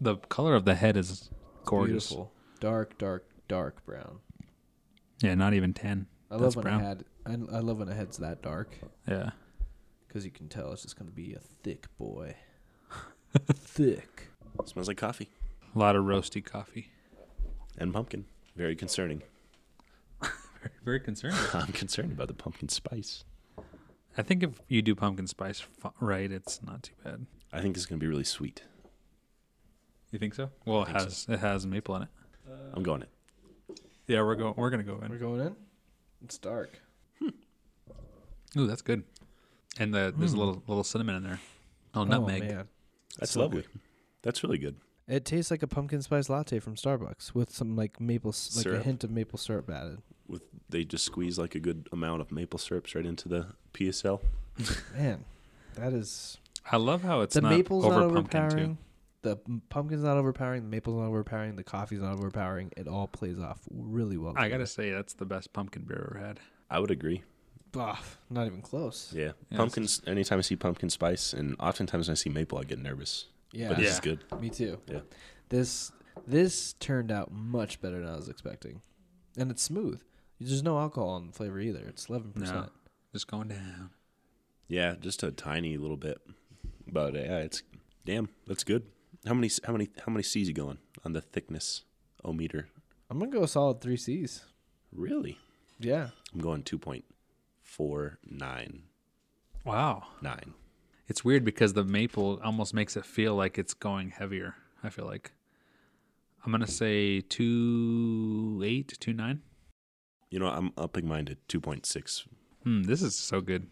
B: the color of the head is gorgeous.
C: Beautiful. Dark, dark, dark brown.
B: Yeah, not even ten.
C: I
B: That's
C: love when
B: brown.
C: I had. I, I love when a head's that dark.
B: Yeah.
C: because you can tell it's just going to be a thick boy.
B: [LAUGHS]
C: thick.
A: Smells like coffee
B: A lot of roasty coffee.
A: and pumpkin. Very concerning.
B: Very concerned.
A: [LAUGHS] I'm concerned about the pumpkin spice.
B: I think if you do pumpkin spice f- right, it's not too bad.
A: I think it's going to be really sweet.
B: You think so? Well, it
A: think so.
B: has it has maple in it.
A: I'm going it.
B: Yeah, we're going. We're gonna go
C: We're
B: in.
C: going in? It's dark.
B: Ooh, that's good. And the, there's a little little cinnamon in there. Oh, nutmeg.
C: Hmm. man.
A: That's
B: So
A: lovely. That's really good.
C: It tastes like a pumpkin spice latte from Starbucks with some like maple, s- like a
A: Syrup.
C: hint of maple syrup added.
A: With they just squeeze like a good amount of maple syrup right into the PSL.
C: Man, that is
B: I love how it's
C: the
B: not
C: maple's
B: over
C: not
B: pumpkin
C: overpowering.
B: too.
C: The m- pumpkin's not overpowering. The maple's not overpowering. The coffee's not overpowering. It all plays off really well.
B: I
C: together.
B: gotta say that's the best pumpkin beer I've ever had.
A: I would agree.
C: Bah, not even close.
A: Yeah.
B: Yeah,
A: Pumpkins. Anytime I see pumpkin spice, and oftentimes when I see maple, I get nervous.
C: Yeah,
A: But this is
B: Yeah.
A: good.
C: me too.
A: Yeah.
C: This this turned out much better than I was expecting, and it's smooth. There's no alcohol in the flavor either. It's eleven percent.
B: No, just going down.
A: Yeah, just a tiny little bit. But yeah, it's damn. That's good. How many? How many? How many C's you going on the thickness o meter?
C: I'm gonna go a solid three C's.
A: Really?
C: Yeah,
A: I'm going two point four nine
B: Wow,
A: nine.
B: it's weird because the maple almost makes it feel like it's going heavier. I feel like I'm gonna say two eight two nine.
A: You know, I'm upping mine to two point six.
B: Hmm, this is so good.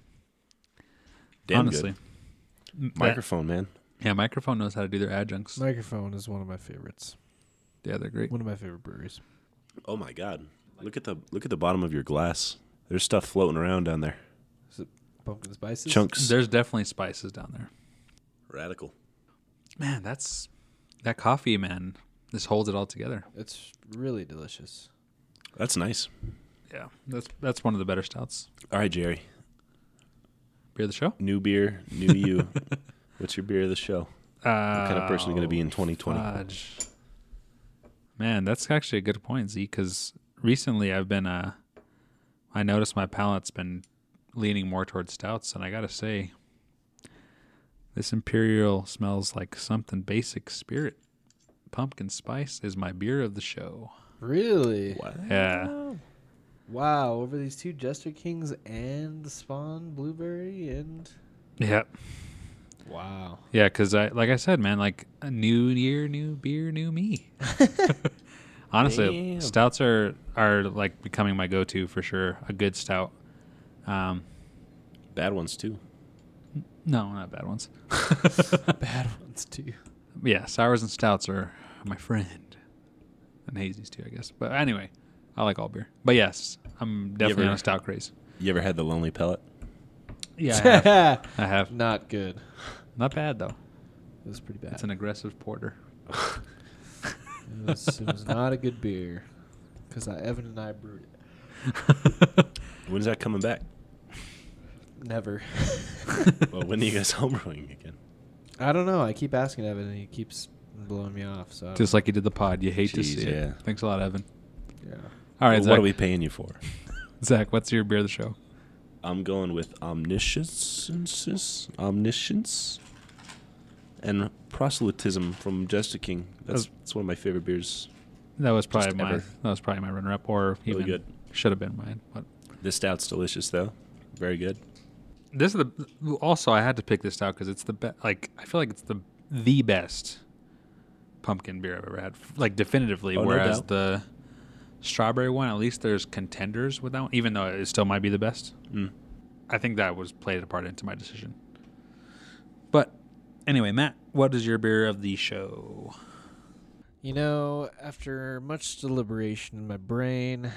A: Damn
B: honestly,
A: good.
B: M- that-
A: Microphone, man.
B: yeah, microphone knows how to do their adjuncts.
C: microphone is one of my favorites.
B: Yeah, they're great.
C: One of my favorite breweries.
A: Oh my god. Look at the look at the bottom of your glass. There's stuff floating around down there.
C: Pumpkin spices.
A: Chunks.
B: There's definitely spices down there.
A: Radical.
B: Man, that's that coffee, man. This holds it all together.
C: It's really delicious.
A: That's nice.
B: Yeah, that's that's one of the better stouts.
A: All right, Jerry.
B: Beer of the show.
A: New beer, new
B: [LAUGHS]
A: you. What's your beer of the show? What kind of person you going to
B: Oh,
A: be in 2020?
B: Fudge. Uh, Man, that's actually a good point, Z. Because recently I've been, uh, I noticed my palate's been leaning more towards stouts, and I gotta say, this imperial smells like something basic spirit. Pumpkin spice is my beer of the show.
C: Really?
A: What?
B: Yeah,
C: Wow, over these two Jester Kings and Spawn Blueberry and
B: yeah,
C: Wow.
B: yeah. Because I, like I said, man, like a new year, new beer, new me. [LAUGHS] Honestly,
A: Damn.
B: stouts are are like becoming my go-to for sure. A good stout. Um,
A: Bad ones too.
B: No, not bad ones.
C: [LAUGHS] Bad ones too.
B: Yeah, sours and stouts are my friend, and hazies too, I guess. But anyway, I like all beer. But yes, I'm definitely
A: ever-
B: on a stout craze.
A: You ever had the Lonely Pellet?
B: Yeah, I [LAUGHS] have.
C: [LAUGHS]
B: I have.
C: Not good.
B: Not bad though.
C: It was pretty bad.
B: It's an aggressive porter.
C: it, was, it was not a good beer because Evan and I brewed it.
B: [LAUGHS]
A: When's that coming back?
C: Never.
A: Well, when are you guys [LAUGHS] homebrewing again?
C: [LAUGHS] I don't know. I keep asking Evan and he keeps blowing me off. So I
B: Just like you did the pod, you hate to
A: Jeez,
B: see
A: yeah.
B: it. Thanks a lot, Evan.
C: don't- yeah.
B: All right,
A: Well,
B: Zach.
A: what are we paying you for?
B: Zach, what's your beer of the show?
A: I'm going with omniscience, omniscience, and proselytism from Jester King. That's,
B: Oh.
A: that's one of my favorite beers.
B: That was probably
A: Just
B: my
A: ever.
B: that was probably my runner-up, or
A: Really
B: even
A: good.
B: should have been mine. But
A: This stout's delicious though. Very good.
B: this is the also I had to pick this out because it's the best. Like I feel like it's the the best pumpkin beer I've ever had. Like definitively.
A: Oh, no
B: whereas
A: doubt.
B: the strawberry one, at least there's contenders with that one, even though it still might be the best.
A: Mm.
B: I think that was played a part into my decision. But anyway, Matt, what is your beer of the show?
C: You know, after much deliberation in my brain,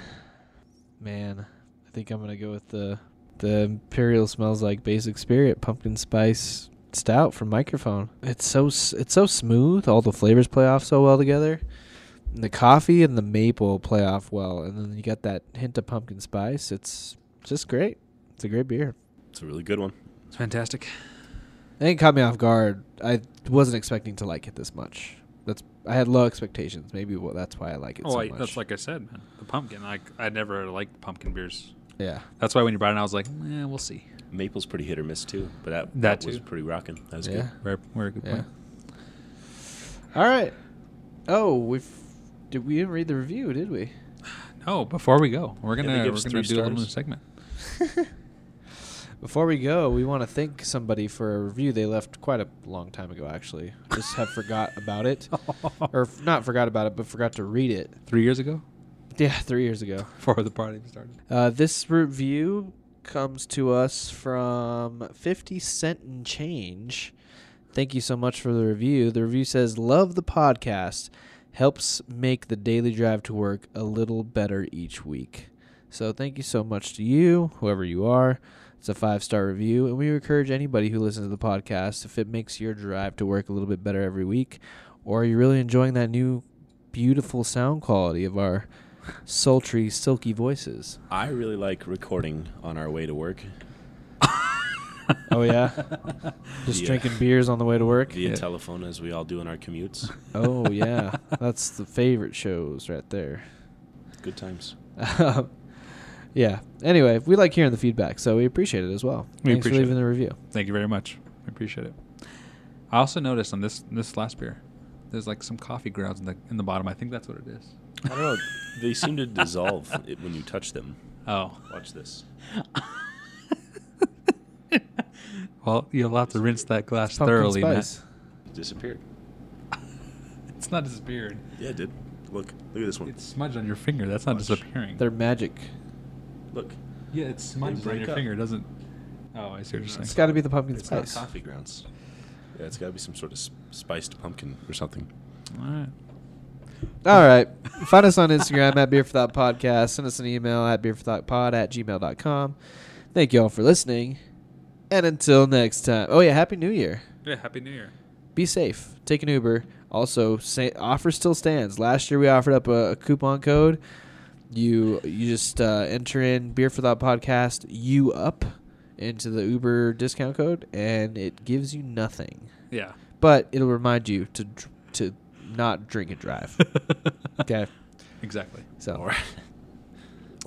C: man, I think I'm gonna go with the the Imperial smells like basic spirit pumpkin spice stout from Microphone. It's so s- it's so smooth. All the flavors play off so well together. And the coffee and the maple play off well, and then you got that hint of pumpkin spice. It's just great. It's a great beer.
A: It's a really good one.
B: It's fantastic.
C: It caught me off guard. I wasn't expecting to like it this much. That's I had low expectations. Maybe wh- that's why I like it
B: Oh,
C: so
B: I,
C: much.
B: that's like I said, man. The pumpkin. Like I never liked pumpkin beers.
C: yeah.
B: That's why when you brought it, in, I was like, eh, we'll see.
A: Maple's pretty hit or miss too, but that
B: That
A: was
B: too.
A: pretty rocking. That was
C: Yeah.
A: good.
B: Very, very good
C: Yeah.
B: point.
C: All right. Oh, we've did we didn't read the review, did we?
B: No, before we go, we're gonna
A: they give
B: we're gonna
A: us
B: do
A: three
B: a little
A: stars.
B: segment.
C: Before we go, we want to thank somebody for a review they left quite a long time ago. Actually, just have forgot about it, or f- not forgot about it, but forgot to read it.
B: [LAUGHS] Three years ago,
C: Yeah, three years ago.
B: before the party started.
C: Uh, this review comes to us from 50 Cent and Change. Thank you so much for the review. The review says, Love the podcast. Helps make the daily drive to work a little better each week. So thank you so much to you, whoever you are. It's a five star review, and we encourage anybody who listens to the podcast if it makes your drive to work a little bit better every week, or you're really enjoying that new beautiful sound quality of our sultry, silky voices.
A: I really like recording on our way to work
C: Oh
B: [LAUGHS]
C: yeah, just
A: Yeah.
C: drinking beers on the way to work.
A: via
B: Yeah.
A: telephone as we all do in our
B: [LAUGHS]
A: commutes.
C: Oh yeah, that's the favorite shows right there. [LAUGHS]
A: Good times.
C: yeah. Anyway, we like hearing the feedback, so we appreciate it as well.
B: We appreciate
C: Thanks for leaving
B: it.
C: the review.
B: Thank you very much. I appreciate it. I also noticed on this this last beer, there's like some coffee grounds in the in the bottom. I think that's what it is.
A: I don't know. They seem to dissolve it when you touch them.
B: Oh,
A: Watch this.
B: well, you'll have to rinse that glass
C: Pumpkin
B: thoroughly. Matt.
C: spice.
A: It disappeared.
B: It's not disappeared.
A: Yeah, it did. Look, look at this one.
B: It's smudged on your finger. That's not
A: Watch.
B: disappearing.
C: They're magic.
A: look,
B: yeah, it's smudged on
A: break
B: your
A: up.
B: finger. It uh, doesn't. Oh, I see what you're saying.
C: It's got to be the pumpkin
A: it's not
C: spice.
A: coffee grounds. Yeah, it's got to be some sort of s- spiced pumpkin or something.
B: All right.
C: All right. Find us on Instagram at Beer for Thought Podcast. Send us an email at Beer for Thought Pod at gmail.com. Thank you all for listening. And until next time. Oh, yeah. Happy New Year.
B: Yeah. Happy New Year.
C: be safe. Take an Uber. Also, say, offer still stands. Last year we offered up a, a coupon code. You you just uh, enter in beer for thought podcast you up into the Uber discount code, and it gives you nothing,
B: Yeah.
C: but it'll remind you to dr- to not drink and
A: [LAUGHS]
C: drive.
B: [LAUGHS]
C: okay,
B: Exactly.
C: so
A: Or,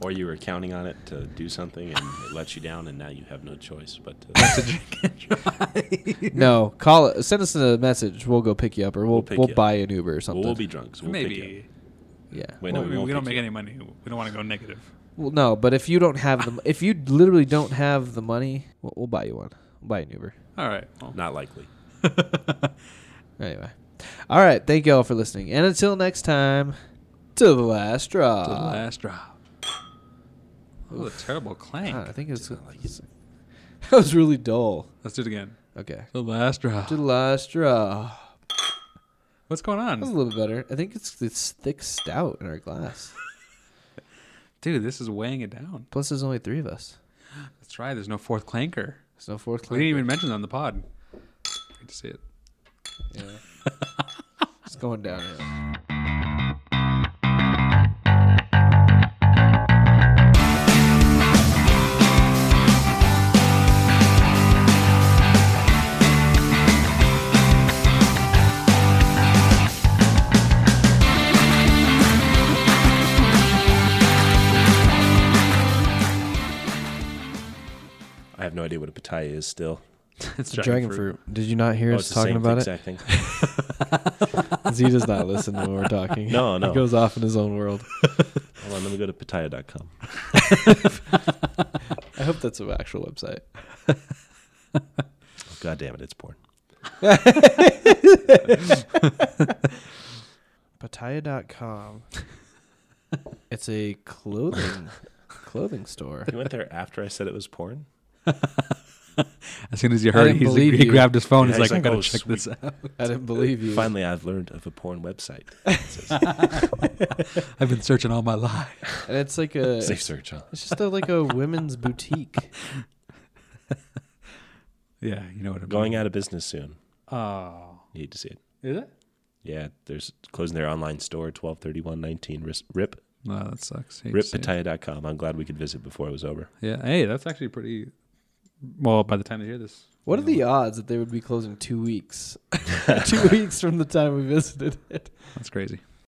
A: or you were counting on it to do something and it let you down, and now you have no choice but
B: [LAUGHS]
A: to. [LAUGHS]
C: no, call it. Send us a message. We'll go pick you up, or we'll
A: We'll
C: we'll,
A: pick you up.
C: buy an Uber or something.
A: Well, we'll be drunk. So we'll pick you
B: Maybe.
C: yeah.
A: Wait, no,
B: Well,
A: we
B: we,
A: won't
B: don't
A: pick
B: make
A: you.
B: any money. We don't want to go negative.
C: Well, no, but if you don't have the, if you literally don't have the money, we'll, we'll buy you one. We'll buy an Uber.
B: All right.
A: up.
B: Well,
A: Not likely.
C: Anyway, all right. Thank you all for listening, and until next time, to the last draw.
B: to the last drop. Oh, a terrible clank.
C: God, I think it's [LAUGHS] that was really dull.
B: Let's do it again.
C: Okay,
B: The last drop.
C: to the last draw.
B: What's going
C: That was a
B: on?
C: little bit better. I think it's this thick stout in our glass.
B: Dude, this is weighing it down.
C: Plus, there's only three of us.
B: That's right. There's no fourth clanker.
C: There's no fourth.
B: We didn't even mention it on the pod. Great to see it.
C: It's going downhill.
A: I have no idea what a pitaya is still.
B: it's
C: Dragon fruit. Did you not hear
A: Oh,
C: us
A: it's the
C: talking
A: same
C: about it?
A: exact thing.
C: [LAUGHS] He does not listen when we're talking.
A: No, no.
C: He goes off in his own world.
A: Hold on, let me go to [LAUGHS] pitaya.com.
C: I hope that's an actual website.
A: Oh, God damn it, it's porn.
C: Pattaya.com. [LAUGHS] it's a clothing clothing store.
A: You went there after I said it was porn?
B: As soon as you
C: I
B: heard it,
C: didn't
B: he's,
C: believe
B: he
C: you.
B: grabbed his phone.
A: Yeah,
B: he's
A: he's
B: like, I
A: like,
B: gotta
A: "Oh,
B: check
A: sweet."
B: this out.
C: I didn't believe you.
A: Finally, I've learned of a porn website.
B: [LAUGHS] I've been searching all my life.
C: And it's like
A: [LAUGHS]
C: a
A: Safe
C: it's
A: search, huh?
C: just a, like a women's boutique.
B: Yeah, you know what I'm
A: Going out of business soon.
B: Oh,
A: You hate to see it.
B: is it?
A: Yeah, there's closing their online store 123119 ris- rip
B: No, that sucks. Hate to see it.
A: rippataya.com. I'm glad we could visit before it was over.
B: Yeah. Hey, that's actually pretty. Well, by the time they hear this,
C: What are the odds [LAUGHS] that they would be closing two weeks? two weeks from the time we visited it.
B: that's crazy.